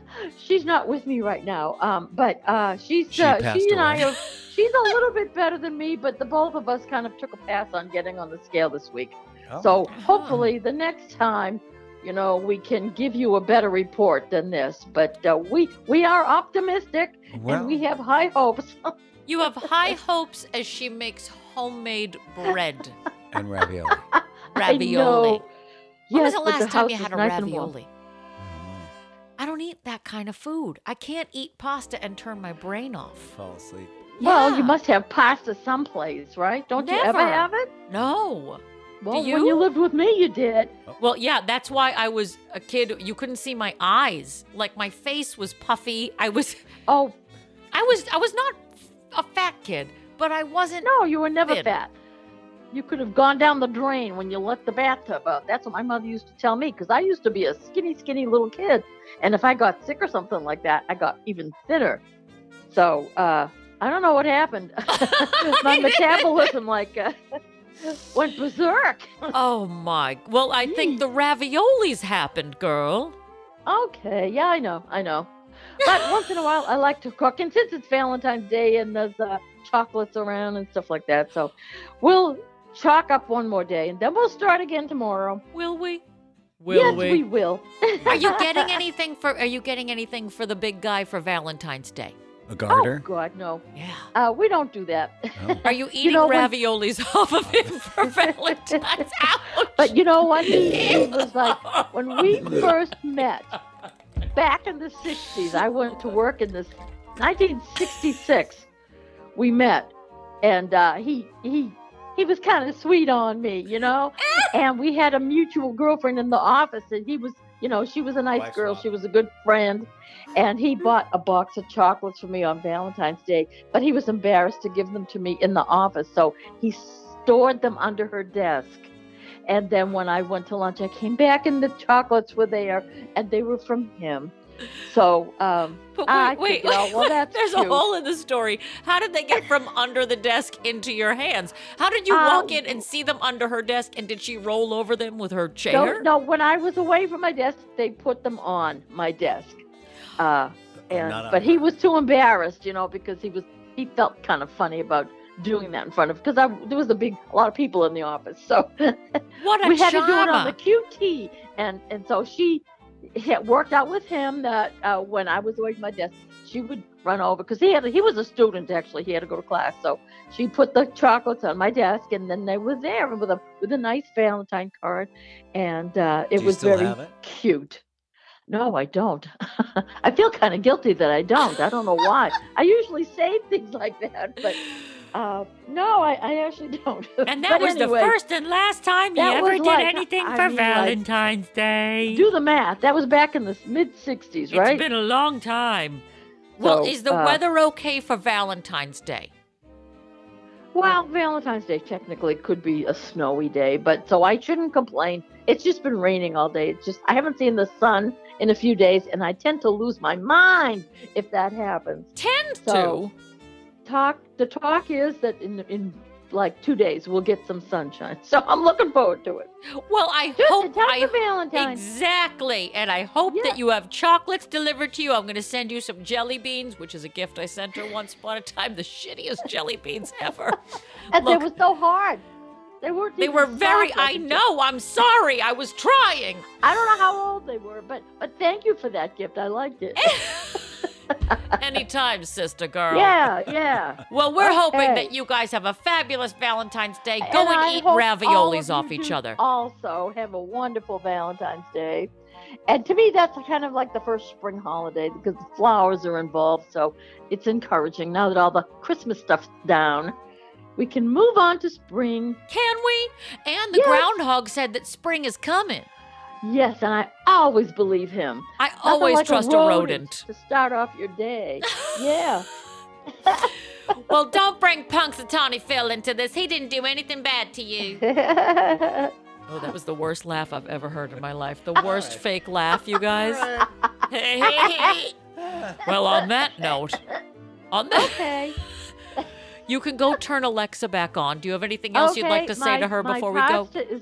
Speaker 9: [LAUGHS] she's not with me right now. Um, but uh, she's
Speaker 6: She
Speaker 9: uh,
Speaker 6: passed
Speaker 9: she and I
Speaker 6: away. [LAUGHS]
Speaker 9: are. She's a little bit better than me, but the both of us kind of took a pass on getting on the scale this week.
Speaker 6: Oh.
Speaker 9: So
Speaker 5: Uh-huh.
Speaker 9: hopefully the next time, you know, we can give you a better report than this. But uh, we we are optimistic
Speaker 6: Oh, Well,
Speaker 9: and we have high hopes. [LAUGHS]
Speaker 5: You have high hopes as she makes homemade bread.
Speaker 6: and ravioli.
Speaker 5: Ravioli.
Speaker 9: I know.
Speaker 5: When was
Speaker 9: Yes,
Speaker 5: the
Speaker 9: but
Speaker 5: last
Speaker 9: the
Speaker 5: time
Speaker 9: house
Speaker 5: you
Speaker 9: is
Speaker 5: had a
Speaker 9: nice and warm.
Speaker 5: ravioli? I don't eat that kind of food. I can't eat pasta and turn my brain off.
Speaker 6: Fall asleep.
Speaker 9: Well,
Speaker 5: Yeah.
Speaker 9: you must have pasta someplace, right? Don't you ever
Speaker 5: Never.
Speaker 9: have it?
Speaker 5: No.
Speaker 9: Well, when
Speaker 5: you?
Speaker 9: you lived with me, you did.
Speaker 5: Well, yeah, that's why I was a kid. You couldn't see my eyes. Like my face was puffy. I was,
Speaker 9: Oh
Speaker 5: I was, I was not a fat kid, but I wasn't.
Speaker 9: no, you were never
Speaker 5: Did.
Speaker 9: fat. You could have gone down the drain when you let the bathtub out. That's what my mother used to tell me because I used to be a skinny, skinny little kid. And if I got sick or something like that, I got even thinner. So uh, I don't know what happened. [LAUGHS] my metabolism like uh, [LAUGHS] went berserk.
Speaker 5: Oh my. Well, I think the raviolis happened, girl.
Speaker 9: Okay, yeah, I know, I know. But once in a while, I like to cook, and since it's Valentine's Day and there's uh, chocolates around and stuff like that, so we'll chalk up one more day, and then we'll start again tomorrow.
Speaker 5: Will we?
Speaker 9: yes, we, will.
Speaker 5: Are you
Speaker 9: [LAUGHS]
Speaker 5: getting anything for? Are you getting anything for the big guy for Valentine's Day?
Speaker 6: A
Speaker 9: Oh
Speaker 6: garter?
Speaker 9: God, no.
Speaker 5: Yeah.
Speaker 9: Uh, we don't do that.
Speaker 6: Oh.
Speaker 5: Are you eating
Speaker 9: know, when- uh,
Speaker 5: raviolis [LAUGHS] off of him for Valentine's? Ouch!
Speaker 9: [LAUGHS] But you know what? He, he was like, when we first met back in the 60s, I went to work in this 1966. We met, and uh, he he he was kind of sweet on me,
Speaker 5: [LAUGHS]
Speaker 9: you know. and we had a mutual girlfriend in the office, and he was, you know, she was a nice
Speaker 6: Wife
Speaker 9: girl,
Speaker 6: swap.
Speaker 9: she was a good friend, and he
Speaker 5: Mm-hmm.
Speaker 9: bought a box of chocolates for me on Valentine's Day, but he was embarrassed to give them to me in the office, so he stored them under her desk. And then when I went to lunch, I came back and the chocolates were there, and they were from him. So um,
Speaker 5: But
Speaker 9: I
Speaker 5: wait, wait, [LAUGHS]
Speaker 9: figured, oh, well, that's
Speaker 5: there's a
Speaker 9: cute.
Speaker 5: hole in the story. How did they get from under the desk into your hands? How did you walk
Speaker 9: Um,
Speaker 5: in and see them under her desk? And did she roll over them with her
Speaker 9: No,
Speaker 5: chair?
Speaker 9: no. When I was away from my desk, they put them on my desk. Uh, and
Speaker 6: not on
Speaker 9: but
Speaker 6: [LAUGHS]
Speaker 9: he
Speaker 6: her.
Speaker 9: was too embarrassed, you know, because he was he felt kind of funny about doing that in front of because I there was a big a lot of people in the office, so [LAUGHS]
Speaker 5: What a
Speaker 9: we had to do it on
Speaker 5: charmer.
Speaker 9: the QT, and and so she it worked out with him that uh, when I was away from my desk, she would run over because he had he was a student actually. He had to go to class, so she put the chocolates on my desk, and then they were there with a with a nice Valentine card, and uh, it
Speaker 6: Do you
Speaker 9: was
Speaker 6: still
Speaker 9: very
Speaker 6: have it?
Speaker 9: cute. No, I don't. [LAUGHS] I feel kind of guilty that I don't. I don't know why. I usually say things like that, but uh, no, I, I actually don't. [LAUGHS]
Speaker 5: And that
Speaker 9: But
Speaker 5: was
Speaker 9: anyway,
Speaker 5: the first and last time you
Speaker 9: that
Speaker 5: ever
Speaker 9: was
Speaker 5: did
Speaker 9: like-
Speaker 5: anything
Speaker 9: I
Speaker 5: for
Speaker 9: mean, like,
Speaker 5: Valentine's Day.
Speaker 9: Do the math. That was back in the mid '60s, right?
Speaker 5: It's been a long time. Well,
Speaker 9: So,
Speaker 5: is the
Speaker 9: uh,
Speaker 5: weather okay for Valentine's Day?
Speaker 9: Well, Valentine's Day technically could be a snowy day, but so I shouldn't complain. It's just been raining all day. It's just I haven't seen the sun in a few days, and I tend to lose my mind if that happens.
Speaker 5: Tend
Speaker 9: So-
Speaker 5: to.
Speaker 9: Talk. The talk is that in in like two days we'll get some sunshine, [LAUGHS] so I'm looking forward to it.
Speaker 5: Well, I
Speaker 9: Just in
Speaker 5: hope
Speaker 9: time
Speaker 5: I
Speaker 9: for Valentine's.
Speaker 5: Exactly. And I hope
Speaker 9: Yeah.
Speaker 5: that you have chocolates delivered to you. I'm going to send you some jelly beans, which is a gift I sent her once upon a time, the shittiest jelly beans ever.
Speaker 9: [LAUGHS] and
Speaker 5: Look.
Speaker 9: they were so hard. They weren't.
Speaker 5: They
Speaker 9: even
Speaker 5: were very,
Speaker 9: soft like
Speaker 5: I
Speaker 9: a
Speaker 5: know, I'm sorry. I was trying.
Speaker 9: I don't know how old they were, but but thank you for that gift. I liked it.
Speaker 5: Anytime, sister [LAUGHS] girl.
Speaker 9: yeah, yeah.
Speaker 5: Well, we're hoping
Speaker 9: Okay.
Speaker 5: that you guys have a fabulous Valentine's Day. Go
Speaker 9: And
Speaker 5: and,
Speaker 9: I
Speaker 5: eat
Speaker 9: hope all of
Speaker 5: raviolis
Speaker 9: you
Speaker 5: off each
Speaker 9: do
Speaker 5: other.
Speaker 9: Also, have a wonderful Valentine's Day. And to me, that's kind of like the first spring holiday because the flowers are involved. So it's encouraging. Now that all the Christmas stuff's down, we can move on to spring.
Speaker 5: Can we? And the
Speaker 9: Yes.
Speaker 5: groundhog said that spring is coming.
Speaker 9: Yes, and I always believe him.
Speaker 5: I
Speaker 9: Nothing
Speaker 5: always
Speaker 9: like
Speaker 5: trust
Speaker 9: a rodent,
Speaker 5: rodent.
Speaker 9: to start off your
Speaker 5: [LAUGHS]
Speaker 9: day. Yeah. [LAUGHS]
Speaker 5: well, don't bring Punxsutawney Phil into this. He didn't do anything bad to you. Oh, that was the worst laugh I've ever heard in my life. The worst fake laugh, you [LAUGHS] guys. well, on that note, on that,
Speaker 9: okay.
Speaker 5: you can go turn Alexa back on. Do you have anything else you'd like
Speaker 9: Okay,
Speaker 5: to say to
Speaker 9: my-
Speaker 5: her
Speaker 9: my
Speaker 5: before we go?
Speaker 9: pasta Is,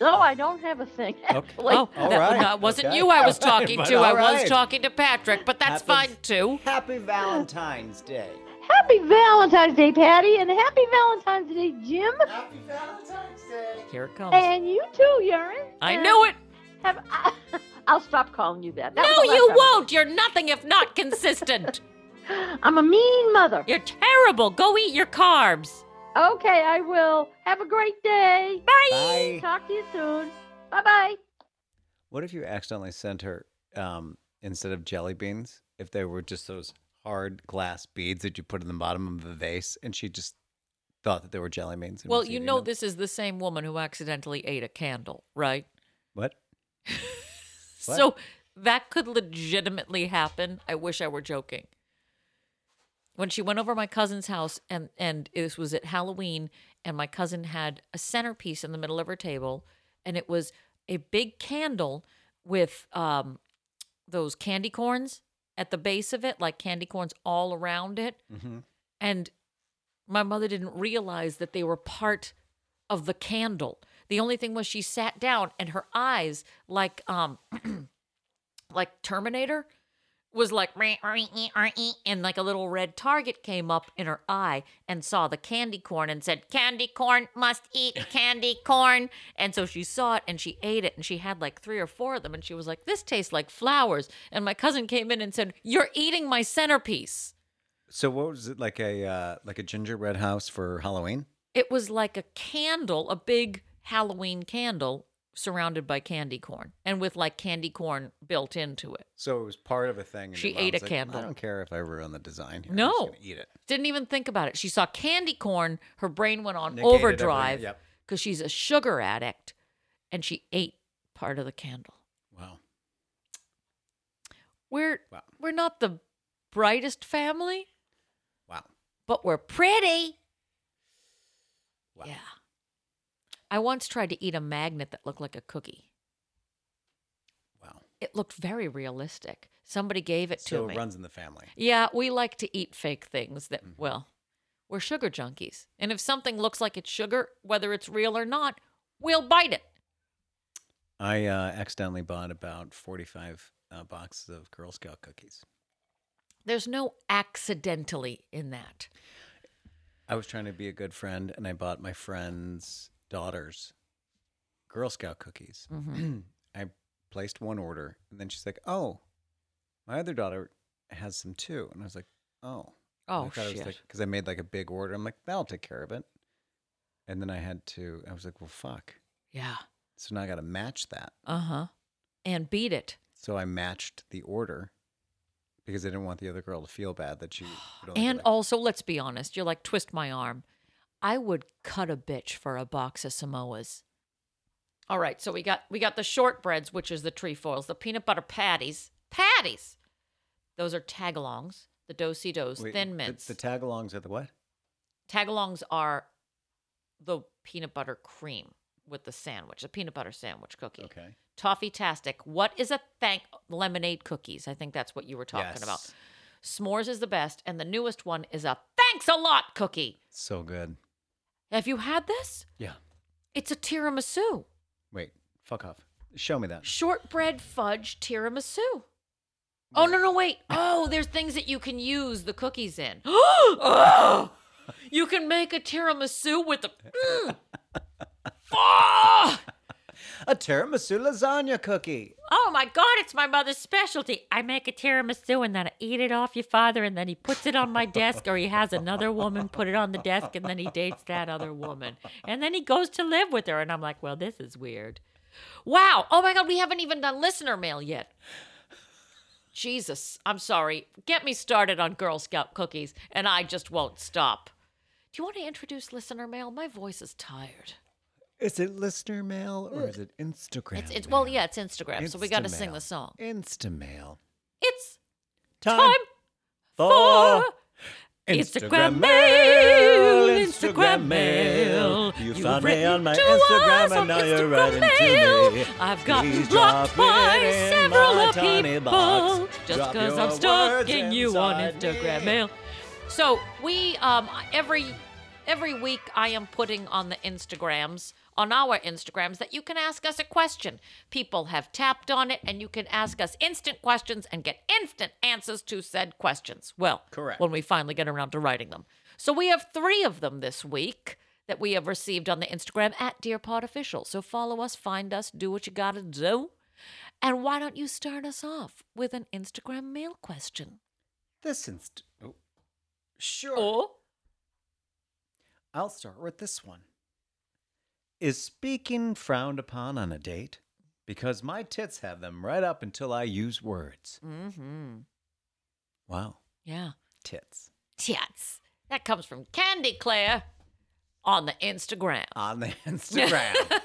Speaker 9: no, I don't have a thing. [LAUGHS] Actually.
Speaker 5: Oh,
Speaker 6: All
Speaker 5: that,
Speaker 6: right.
Speaker 5: that wasn't
Speaker 6: Okay.
Speaker 5: you I was
Speaker 6: All right,
Speaker 5: talking
Speaker 6: [LAUGHS] but
Speaker 5: to. I
Speaker 6: all
Speaker 5: was
Speaker 6: right.
Speaker 5: talking to Patrick, but that's fine
Speaker 8: Happens.
Speaker 5: too.
Speaker 8: Happy Valentine's Day.
Speaker 9: Happy Valentine's Day, Patty, and happy Valentine's Day, Jim.
Speaker 8: Happy Valentine's Day.
Speaker 5: Here it comes.
Speaker 9: And you too, Urine.
Speaker 5: I knew it.
Speaker 9: Have, I, [LAUGHS] will stop calling you that. That was
Speaker 5: No,
Speaker 9: the last
Speaker 5: you
Speaker 9: time.
Speaker 5: won't. You're nothing if not consistent.
Speaker 9: I'm a mean mother.
Speaker 5: You're terrible. Go eat your carbs.
Speaker 9: Okay, I will. Have a great day.
Speaker 6: Bye.
Speaker 9: Talk to you soon. Bye bye.
Speaker 6: What if you accidentally sent her um, instead of jelly beans, if they were just those hard glass beads that you put in the bottom of a vase, and she just thought that they were jelly beans? and
Speaker 5: Well,
Speaker 6: was
Speaker 5: you
Speaker 6: eating
Speaker 5: know,
Speaker 6: them?
Speaker 5: this is the same woman who accidentally ate a candle, right?
Speaker 6: What? What?
Speaker 5: So that could legitimately happen. I wish I were joking. When she went over to my cousin's house, and and this was at Halloween, and my cousin had a centerpiece in the middle of her table, and it was a big candle with um, those candy corns at the base of it, like candy corns all around it, and my mother didn't realize that they were part of the candle. The only thing was she sat down and her eyes, like um, like Terminator, was like "Meh, eh, eh, eh, eh," and like a little red target came up in her eye and saw the candy corn and said, "Candy corn must eat candy corn." And so she saw it and she ate it and she had like three or four of them and she was like, "This tastes like flowers." And my cousin came in and said, "You're eating my centerpiece."
Speaker 6: So what was it like a uh, like a gingerbread house for Halloween?
Speaker 5: it was like a candle, a big Halloween candle surrounded by candy corn and with like candy corn built into it.
Speaker 6: So it was part of a thing. and
Speaker 5: She
Speaker 6: your mom
Speaker 5: ate a
Speaker 6: was like,
Speaker 5: candle.
Speaker 6: I don't care if I ruin the design here. I'm
Speaker 5: No.
Speaker 6: just gonna eat it.
Speaker 5: Didn't even think about it. She saw candy corn, her brain went on
Speaker 6: Negated everything,
Speaker 5: overdrive because
Speaker 6: yep.
Speaker 5: she's a sugar addict and she ate part of the candle.
Speaker 6: Wow.
Speaker 5: We're
Speaker 6: Wow.
Speaker 5: we're not the brightest family,
Speaker 6: Wow.
Speaker 5: but we're pretty.
Speaker 6: Wow.
Speaker 5: Yeah. I once tried to eat a magnet that looked like a cookie.
Speaker 6: Wow.
Speaker 5: It looked very realistic. Somebody gave it
Speaker 6: So
Speaker 5: to
Speaker 6: it
Speaker 5: me.
Speaker 6: runs Mm-hmm. in the family.
Speaker 5: Yeah, we like to eat fake things that, well, we're sugar junkies. And if something looks like it's sugar, whether it's real or not, we'll bite it.
Speaker 6: I uh, accidentally bought about 45 uh, boxes of Girl Scout cookies.
Speaker 5: There's no accidentally in that.
Speaker 6: I was trying to be a good friend and I bought my friend's daughter's Girl Scout cookies.
Speaker 5: Mm-hmm.
Speaker 6: [CLEARS THROAT] I placed one order and then she's like, oh, my other daughter has some too. And I was like, oh.
Speaker 5: Oh,
Speaker 6: Because I,
Speaker 5: shit.
Speaker 6: like, 'cause I made like a big order. I'm like, that'll take care of it. And then I had to, I was like, well, fuck.
Speaker 5: yeah.
Speaker 6: So now I got to match that.
Speaker 5: Uh huh. And beat it.
Speaker 6: So I matched the order because I didn't want the other girl to feel bad that she. would only get,
Speaker 5: And
Speaker 6: like,
Speaker 5: also, let's be honest, you're like, twist my arm. I would cut a bitch for a box of Samoas. All right, so we got we got the shortbreads, which is the trefoils, the peanut butter patties. Patties. Those are tagalongs, the do-si dos,
Speaker 6: Wait,
Speaker 5: thin
Speaker 6: the-
Speaker 5: mints.
Speaker 6: The, tagalongs are the what?
Speaker 5: tagalongs are the peanut butter cream with the sandwich, the peanut butter sandwich cookie.
Speaker 6: Okay.
Speaker 5: Toffee tastic. What is a thank lemonade cookies? I think that's what you were talking about.
Speaker 6: Yes.
Speaker 5: S'mores is the best, and the newest one is a thanks a lot cookie.
Speaker 6: So good.
Speaker 5: Have you had this?
Speaker 6: Yeah.
Speaker 5: It's a tiramisu,
Speaker 6: Wait. Fuck off. Show me that.
Speaker 5: shortbread fudge tiramisu. Oh no no
Speaker 6: [LAUGHS]
Speaker 5: wait! Oh, there's things that you can use the cookies in. [GASPS] oh, you can make a tiramisu with the. Mm. Ah!
Speaker 6: A tiramisu lasagna cookie.
Speaker 5: Oh my God, it's my mother's specialty. I make a tiramisu and then I eat it off your father, and then he puts it on my desk, or he has another woman put it on the desk, and then he dates that other woman. And then he goes to live with her. And I'm like, well, this is weird. Wow. Oh my God, we haven't even done listener mail yet. Jesus, I'm sorry. Get me started on Girl Scout cookies, and I just won't stop. Do you want to introduce listener mail? My voice is tired.
Speaker 6: Is it listener mail or is it Instagram?
Speaker 5: It's, it's well,
Speaker 6: mail?
Speaker 5: yeah, it's Instagram, so we got to
Speaker 6: Instamail.
Speaker 5: sing the song.
Speaker 6: Instamail.
Speaker 5: It's
Speaker 6: Time,
Speaker 5: time for Instagram mail, Instagram mail.
Speaker 6: You,
Speaker 5: You've
Speaker 6: found me
Speaker 5: written
Speaker 6: on my
Speaker 5: to
Speaker 6: Instagram
Speaker 5: us
Speaker 6: and
Speaker 5: on
Speaker 6: now you're
Speaker 5: Instagram
Speaker 6: writing to
Speaker 5: mail.
Speaker 6: me.
Speaker 5: I've gotten
Speaker 6: Please
Speaker 5: blocked
Speaker 6: drop
Speaker 5: by
Speaker 6: it in
Speaker 5: several
Speaker 6: my
Speaker 5: of
Speaker 6: tiny
Speaker 5: people
Speaker 6: box.
Speaker 5: just
Speaker 6: Drop
Speaker 5: because
Speaker 6: your
Speaker 5: I'm stalking
Speaker 6: words
Speaker 5: you on
Speaker 6: inside
Speaker 5: Instagram
Speaker 6: me.
Speaker 5: mail. So we um every every week I am putting on the Instagrams on our Instagrams that you can ask us a question. People have tapped on it and you can ask us instant questions and get instant answers to said questions. Well,
Speaker 6: Correct.
Speaker 5: When we finally get around to writing them. So we have 3 of them this week that we have received on the Instagram at Dear Pod Official. So follow us, find us, do what you got to do. And why don't you start us off with an Instagram mail question?
Speaker 6: This inst. Oh. Sure.
Speaker 5: Or
Speaker 6: I'll start with this one. Is speaking frowned upon on a date? Because my tits have them right up until I use words.
Speaker 5: Mm-hmm.
Speaker 6: Wow.
Speaker 5: Yeah.
Speaker 6: Tits.
Speaker 5: Tits. That comes from Candy Claire on the Instagram.
Speaker 6: On the [LAUGHS]
Speaker 5: [LAUGHS]
Speaker 6: Instagram.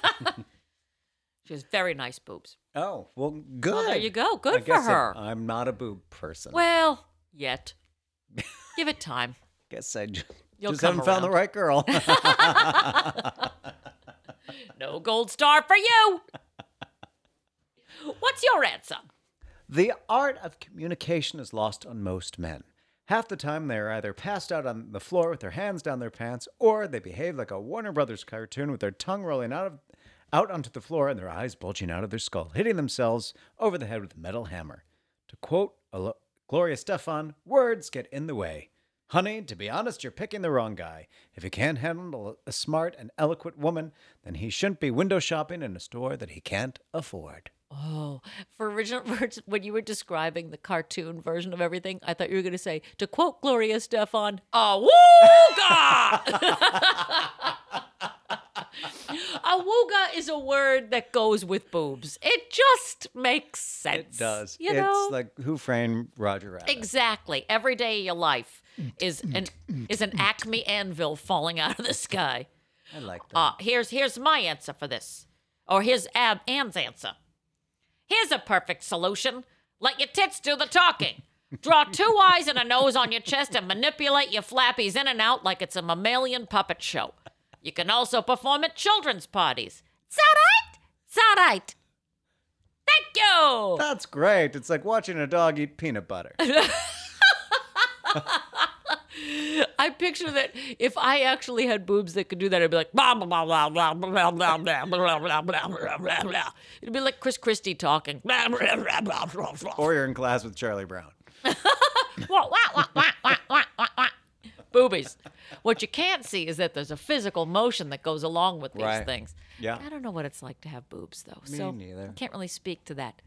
Speaker 5: She has very nice boobs.
Speaker 6: oh, well, good.
Speaker 5: Well, there you go. Good
Speaker 6: I
Speaker 5: for
Speaker 6: guess I-
Speaker 5: her.
Speaker 6: I'm not a boob person.
Speaker 5: Well, yet. Give it time.
Speaker 6: guess I ju-
Speaker 5: You'll
Speaker 6: just
Speaker 5: come
Speaker 6: haven't found the
Speaker 5: around.
Speaker 6: right
Speaker 5: [LAUGHS]
Speaker 6: girl.
Speaker 5: No gold star for you. What's your answer?
Speaker 6: The art of communication is lost on most men. Half the time, they are either passed out on the floor with their hands down their pants, or they behave like a Warner Brothers cartoon with their tongue rolling out of, out onto the floor and their eyes bulging out of their skull, hitting themselves over the head with a metal hammer. To quote Alo- Gloria Stefan, "Words get in the way." Honey, to be honest, you're picking the wrong guy. If you can't handle a smart and eloquent woman, then he shouldn't be window shopping in a store that he can't afford.
Speaker 5: Oh, for original [LAUGHS] version, when you were describing the cartoon version of everything, I thought you were going to say, to quote Gloria Stefan, [LAUGHS] awooga! awooga is a word that goes with boobs. It just makes sense.
Speaker 6: It does.
Speaker 5: You
Speaker 6: it's
Speaker 5: know?
Speaker 6: like Who Framed Roger Rabbit.
Speaker 5: Exactly. Every day of your life is an is
Speaker 6: Mm,
Speaker 5: an acme anvil falling out of the sky.
Speaker 6: I like that.
Speaker 5: Uh, here's here's my answer for this, or here's Ab Ann's answer. Here's a perfect solution: let your tits do the talking. Draw two [LAUGHS] eyes and a nose on your chest and manipulate your flappies in and out like it's a mammalian puppet show. You can also perform at children's parties. It's all right. It's all right. Thank you.
Speaker 6: That's great. It's like watching a dog eat
Speaker 5: [LAUGHS]
Speaker 6: peanut butter.
Speaker 5: I picture that if I actually had boobs that could do that, I'd be like, blah, blah, blah, blah, blah, blah, blah, blah, blah, blah, blah, blah, blah, blah. It'd be like Chris Christie talking. Blah, blah, blah, blah, blah, blah.
Speaker 6: or you're in class with Charlie Brown.
Speaker 5: Wah, wah, wah, wah, wah, wah, wah, wah. Boobies. What you can't see is that there's a physical motion that goes along with these
Speaker 6: Right.
Speaker 5: things.
Speaker 6: Yeah.
Speaker 5: I don't know what it's like to have boobs, though.
Speaker 6: Me
Speaker 5: so
Speaker 6: neither.
Speaker 5: I can't really speak to that.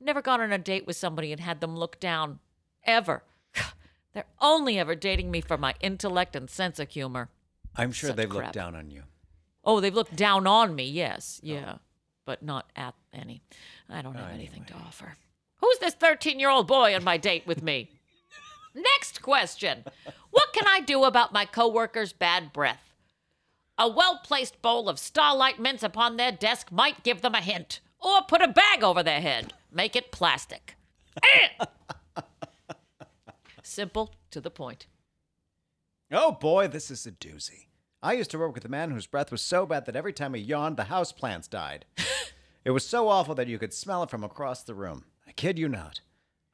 Speaker 5: Never gone on a date with somebody and had them look down, ever. [SIGHS] They're only ever dating me for my intellect and sense of humor.
Speaker 6: I'm sure
Speaker 5: Such
Speaker 6: they've looked
Speaker 5: crap.
Speaker 6: down on you.
Speaker 5: Oh, they've looked down on me. Yes, yeah, but not at any. I don't have anything to offer. Who's this 13 year old boy on my date with me? Next question What can I do about my coworker's bad breath? A well placed bowl of starlight mints upon their desk might give them a hint, or put a bag over their head. Make it plastic. Eh! Simple to the point.
Speaker 6: Oh boy, this is a doozy. I used to work with a man whose breath was so bad that every time he yawned, the house plants [LAUGHS] died. it was so awful that you could smell it from across the room. I kid you not.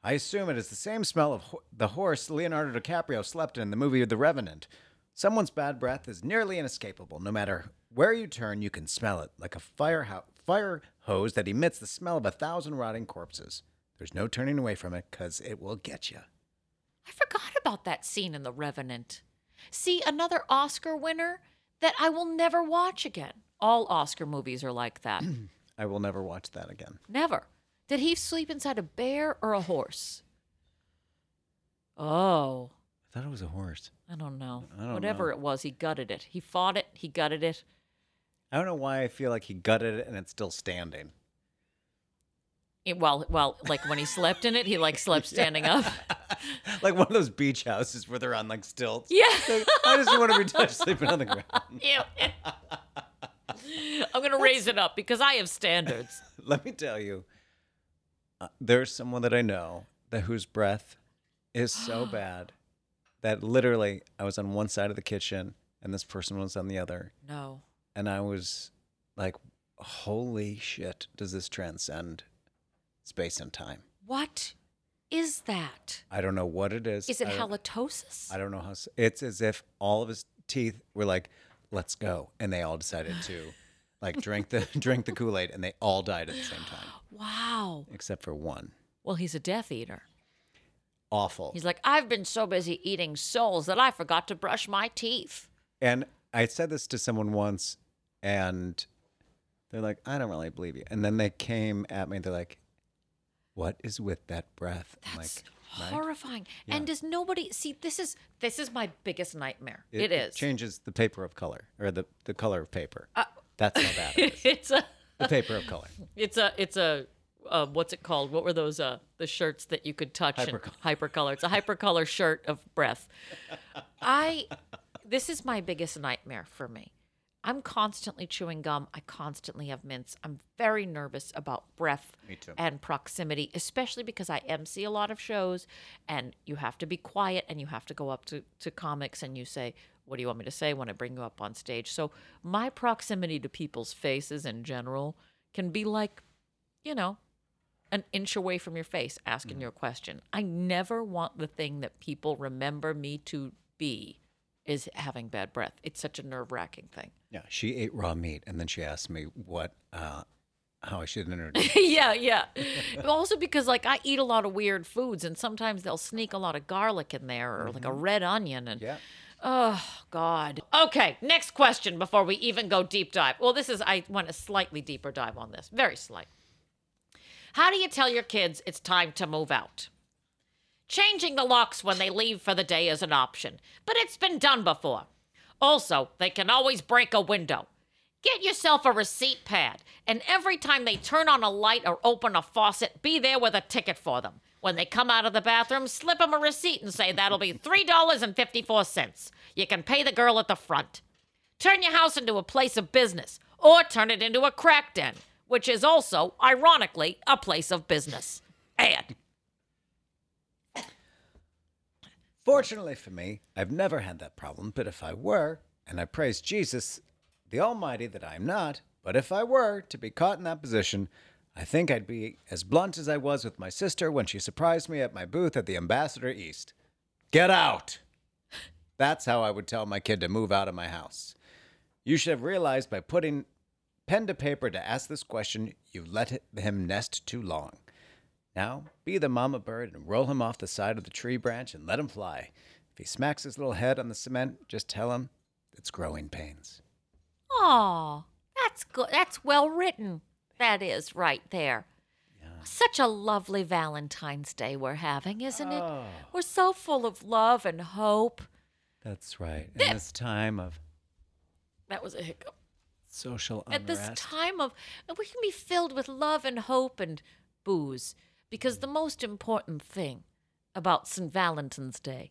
Speaker 6: I assume it is the same smell of ho- the horse Leonardo DiCaprio slept in the movie The Revenant. Someone's bad breath is nearly inescapable. No matter where you turn, you can smell it like a fire, ho- fire hose that emits the smell of a thousand rotting corpses. There's no turning away from it because it will get you.
Speaker 5: I forgot about that scene in The Revenant. See, another Oscar winner that I will never watch again. All Oscar movies are like
Speaker 6: [CLEARS THROAT]
Speaker 5: that.
Speaker 6: I will never watch that again.
Speaker 5: never. Did he sleep inside a bear or a horse? Oh,
Speaker 6: I thought it was a horse.
Speaker 5: I don't know.
Speaker 6: I don't
Speaker 5: Whatever
Speaker 6: know.
Speaker 5: it was, he gutted it. He fought it, he gutted it.
Speaker 6: I don't know why I feel like he gutted it and it's still standing. [LAUGHS]
Speaker 5: It- well, well, like when he slept in it, he like slept
Speaker 6: [LAUGHS]
Speaker 5: standing up.
Speaker 6: like one of those beach houses where they're on like stilts.
Speaker 5: Yeah.
Speaker 6: Like, I just want to be touched [LAUGHS] sleeping on the ground. [LAUGHS]
Speaker 5: Ew. I'm going to raise it up because I have standards.
Speaker 6: Let me tell you, uh, there's someone that I know that whose breath
Speaker 5: [GASPS]
Speaker 6: is so bad that literally I was on one side of the kitchen and this person was on the other,
Speaker 5: No.
Speaker 6: and I was like, "Holy shit! Does this transcend space and time?"
Speaker 5: What is that?
Speaker 6: I don't know what it is.
Speaker 5: Is it
Speaker 6: I don't-
Speaker 5: halitosis?
Speaker 6: I don't know how. s- It's as if all of his teeth were like, "Let's go," and they all decided to, like, drink the [LAUGHS] drink the Kool Aid, and they all died at the same time,
Speaker 5: Wow.
Speaker 6: except for one.
Speaker 5: Well, he's a death eater.
Speaker 6: Awful.
Speaker 5: He's like, I've been so busy eating souls that I forgot to brush my teeth.
Speaker 6: And I said this to someone once, and they're like, "I don't really believe you." And then they came at me. They're like, "What is with that breath?" I'm
Speaker 5: That's
Speaker 6: like, "Right."
Speaker 5: horrifying. And does nobody see this is this is my biggest nightmare. it is. Uh,
Speaker 6: changes the paper of color or the the color of paper. That's how bad
Speaker 5: [LAUGHS]
Speaker 6: it is.
Speaker 5: [LAUGHS] it's a
Speaker 6: The paper of color.
Speaker 5: it's a it's a uh, what's it called? What were those uh the shirts that you could touch
Speaker 6: Hypercolor.
Speaker 5: and hypercolor. It's a hypercolor shirt of
Speaker 6: [LAUGHS]
Speaker 5: breath. I this is my biggest nightmare for me. I'm constantly chewing gum. I constantly have mints. I'm very nervous about breath and proximity, especially because I MC a lot of shows and you have to be quiet and you have to go up to, to comics and you say, What do you want me to say when I bring you up on stage? So my proximity to people's faces in general can be like, you know, an inch away from your face asking your question. I never want the thing that people remember me to be is having bad breath. It's such a nerve wracking thing. [LAUGHS]
Speaker 6: Yeah, she ate raw meat, and then she asked me what, uh, how I should
Speaker 5: [LAUGHS]
Speaker 6: introduce.
Speaker 5: yeah, yeah. But also because like I eat a lot of weird foods and sometimes they'll sneak a lot of garlic in there or like a red onion and
Speaker 6: yeah,
Speaker 5: oh god. Okay, next question before we even go deep dive. Well, this is I want a slightly deeper dive on this. Very slight. How do you tell your kids it's time to move out? Changing the locks when they leave for the day is an option, but it's been done before. Also, they can always break a window. Get yourself a receipt pad, and every time they turn on a light or open a faucet, be there with a ticket for them. When they come out of the bathroom, slip them a receipt and say that'll be $3.54. You can pay the girl at the front. Turn your house into a place of business, or turn it into a crack den, which is also, ironically, a place of business. Ad.
Speaker 6: Fortunately for me, I've never had that problem, but if I were, and I praise Jesus, the Almighty, that I'm not, but if I were to be caught in that position, I think I'd be as blunt as I was with my sister when she surprised me at my booth at the Ambassador East. Get out! That's how I would tell my kid to move out of my house. You should have realized by putting pen to paper to ask this question, you let him nest too long. Now, be the mama bird and roll him off the side of the tree branch and let him fly. If he smacks his little head on the cement, just tell him it's growing pains.
Speaker 5: Aw, that's good. That's well written. That is right there. Such a lovely Valentine's Day we're having, isn't it? We're so full of love and hope.
Speaker 6: That's right. In this time of
Speaker 5: That was a hiccup.
Speaker 6: social
Speaker 5: At this time of, we can be filled with love and hope and booze because the most important thing about St. Valentine's Day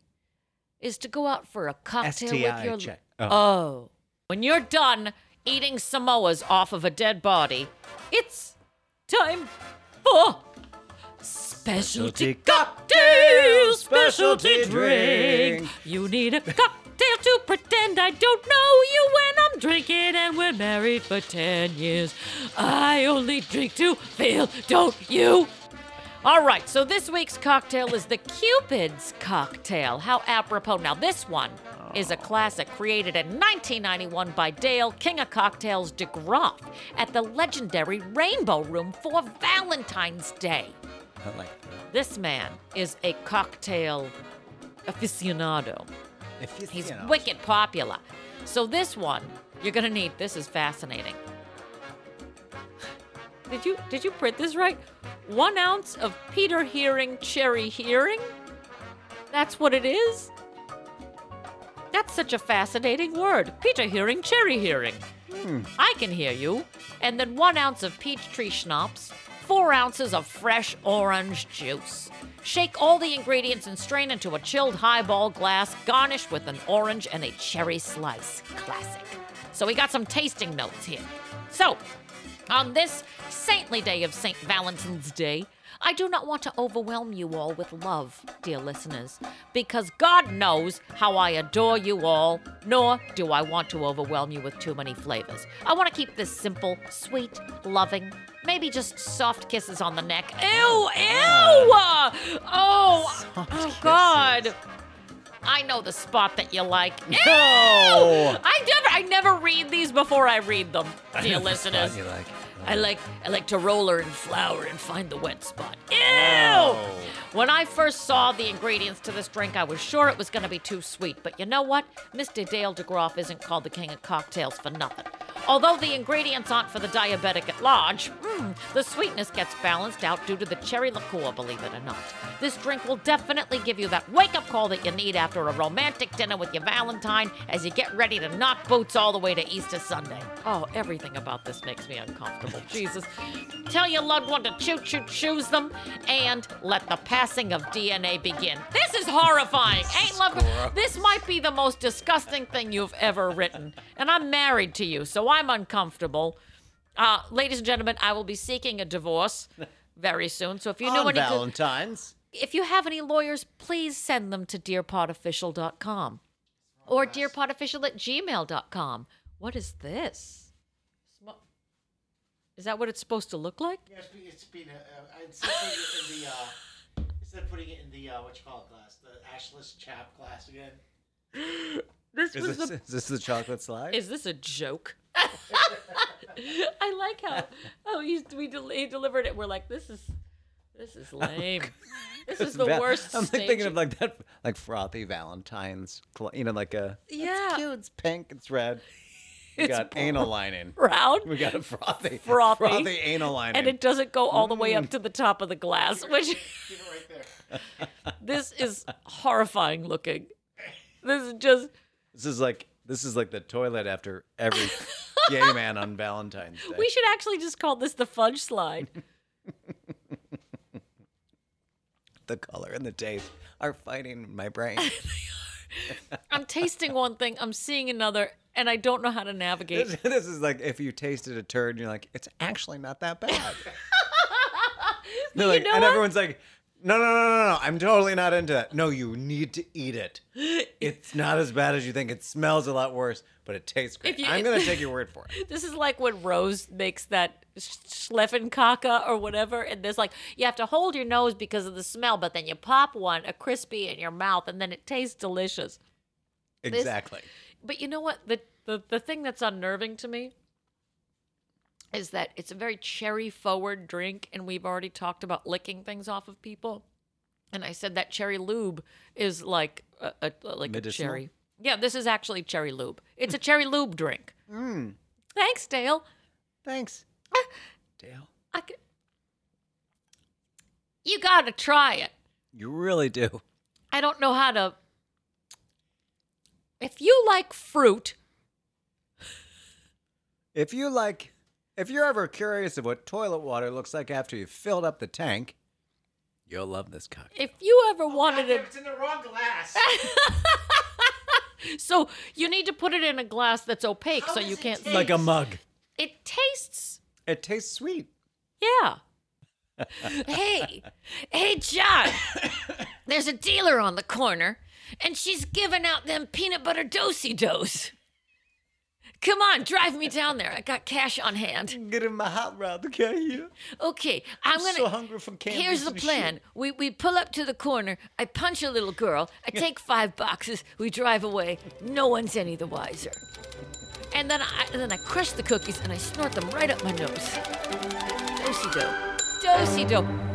Speaker 5: is to go out for a cocktail with
Speaker 6: STI
Speaker 5: your.
Speaker 6: check.
Speaker 5: Oh.
Speaker 6: Oh.
Speaker 5: When you're done eating Samoas off of a dead body, it's time for specialty
Speaker 6: Specialty
Speaker 5: cocktail, specialty
Speaker 6: cocktail, specialty
Speaker 5: drink.
Speaker 6: drink.
Speaker 5: You need a cocktail to pretend I don't know you when I'm drinking and we're married for 10 years. I only drink to feel, don't you? All right, so this week's cocktail is the Cupid's cocktail. How apropos. Now, this one is a classic created in 1991 by Dale, King of Cocktails de Groff, at the legendary Rainbow Room for Valentine's Day.
Speaker 6: Oh, I like that.
Speaker 5: This man is a cocktail aficionado.
Speaker 6: If you,
Speaker 5: He's
Speaker 6: you know,
Speaker 5: wicked popular. So this one, you're gonna need. This is fascinating. Did you did you print this right? One ounce of Peter Hearing Cherry Hearing. That's what it is. That's such a fascinating word. Peter Hearing Cherry Hearing. I can hear you. And then one ounce of peach tree schnapps, four ounces of fresh orange juice. Shake all the ingredients and strain into a chilled highball glass, garnish with an orange and a cherry slice. Classic. So we got some tasting notes here. So, on this saintly day of St. Valentine's Day, I do not want to overwhelm you all with love, dear listeners, because God knows how I adore you all, nor do I want to overwhelm you with too many flavors. I want to keep this simple, sweet, loving, maybe just soft kisses on the neck. Ew, ew! Oh, oh God. I know the spot that you like. Ew!
Speaker 6: [LAUGHS]
Speaker 5: I never I never read these before I read them, dear listeners. Uh,
Speaker 6: you like.
Speaker 5: I like I like to roller and flour and find the wet spot. Ew! When I first saw the ingredients to this drink, I was sure it was going to be too sweet. But you know what? Mr. Dale DeGroff isn't called the king of cocktails for nothing. Although the ingredients aren't for the diabetic at large, mm, the sweetness gets balanced out due to the cherry liqueur, believe it or not. This drink will definitely give you that wake up call that you need after a romantic dinner with your Valentine as you get ready to knock boots all the way to Easter Sunday. Oh, everything about this makes me [LAUGHS] uncomfortable. Jesus. Tell your loved one to choo choo choose them and let the passing of DNA begin. This is [LAUGHS] horrifying. Ain't love. This might be the most disgusting thing you've ever written. And I'm married to you, so I'm uncomfortable. Uh, ladies and gentlemen, I will be seeking a divorce very soon. So if you know
Speaker 8: On
Speaker 5: any good-
Speaker 8: Valentine's.
Speaker 5: if you have any lawyers, please send them to dearpodofficial.com or dearpodofficial at gmail.com. What is this? Smo- Is that what it's supposed to look like?
Speaker 8: Yeah, it's been, it's been uh, uh, instead of putting it in the, uh, instead of putting it in the, uh, what you call it, glass, the ashless chap glass again.
Speaker 5: This
Speaker 6: Is
Speaker 5: was
Speaker 6: this,
Speaker 5: the.
Speaker 6: [LAUGHS] is this the chocolate slide?
Speaker 5: Is this a
Speaker 6: [LAUGHS]
Speaker 5: joke? [LAUGHS] I like how oh he's, we del- he delivered it. We're like this is this is lame. This is the
Speaker 6: Val-
Speaker 5: worst.
Speaker 6: Oh, I'm like, thinking
Speaker 5: staging.
Speaker 6: of like that, like frothy Valentine's, cl- you know, like a
Speaker 5: yeah,
Speaker 6: cute, it's pink, it's red. We got anal lining.
Speaker 5: round.
Speaker 6: We got a frothy,
Speaker 5: [LAUGHS] Frothy.
Speaker 6: frothy anal lining.
Speaker 5: and it doesn't go all the way
Speaker 6: Mm.
Speaker 5: up to the top of the glass, which [LAUGHS] this is horrifying looking. This is just [LAUGHS]
Speaker 6: This is like this is like the toilet after every Yay Man on Valentine's Day.
Speaker 5: We should actually just call this the fudge slide.
Speaker 6: the color and the taste are fighting in
Speaker 5: [LAUGHS]
Speaker 6: my brain.
Speaker 5: I'm tasting one thing, I'm seeing another, and I don't know how to navigate.
Speaker 6: this, [LAUGHS] this is like if you tasted a turd and you're like, it's actually not
Speaker 5: [LAUGHS]
Speaker 6: that bad. [LAUGHS] They're like,
Speaker 5: know
Speaker 6: and
Speaker 5: what?
Speaker 6: everyone's like, no, no, no, no, no. I'm totally not into that. No, you need to
Speaker 5: [GASPS]
Speaker 6: eat it. It's not as bad as you think. It smells a lot worse, but it tastes great.
Speaker 5: If you-
Speaker 6: I'm
Speaker 5: [LAUGHS]
Speaker 6: going to take your word for it.
Speaker 5: This is like when Rose makes that schleffenkaka or whatever, and there's like you have to hold your nose because of the smell, but then you pop one, a crispy in your mouth, and then it tastes delicious.
Speaker 6: Exactly.
Speaker 5: But you know what? The the, the thing that's unnerving to me is that it's a very cherry forward drink, and we've already talked about licking things off of people. And I said that cherry lube is like a, a like
Speaker 6: Medicinal?
Speaker 5: a cherry. Yeah, this is actually cherry lube. It's a cherry lube drink. Thanks, Dale.
Speaker 6: Thanks. Dale,
Speaker 5: I could. You got to try it.
Speaker 6: you really do.
Speaker 5: I don't know how to. If you like fruit,
Speaker 6: If you like, if you're ever curious of what toilet water looks like after you've filled up the tank, you'll love this cocktail.
Speaker 5: if you ever wanted
Speaker 8: Goddamn,
Speaker 5: it,
Speaker 8: Oh, it's in the wrong glass.
Speaker 5: [LAUGHS] so you need to put it in a glass that's opaque, so you can't.
Speaker 6: Like a mug.
Speaker 5: It tastes.
Speaker 6: It tastes sweet.
Speaker 8: [LAUGHS]
Speaker 5: Yeah. hey, hey, John. There's a dealer on the corner, and she's giving out them peanut butter dosey dos. Come on, drive me down there. I got cash on hand.
Speaker 6: Get in my hot rod, okay? You.
Speaker 5: Okay, I'm gonna.
Speaker 6: so hungry for candy
Speaker 5: Here's the
Speaker 6: and shit.
Speaker 5: plan: we we pull up to the corner. I punch a little girl.
Speaker 6: [LAUGHS]
Speaker 5: I take five boxes. We drive away. No one's any the wiser. And then I and then I crush the cookies and I snort them right up my nose. Dosey do, dosey do.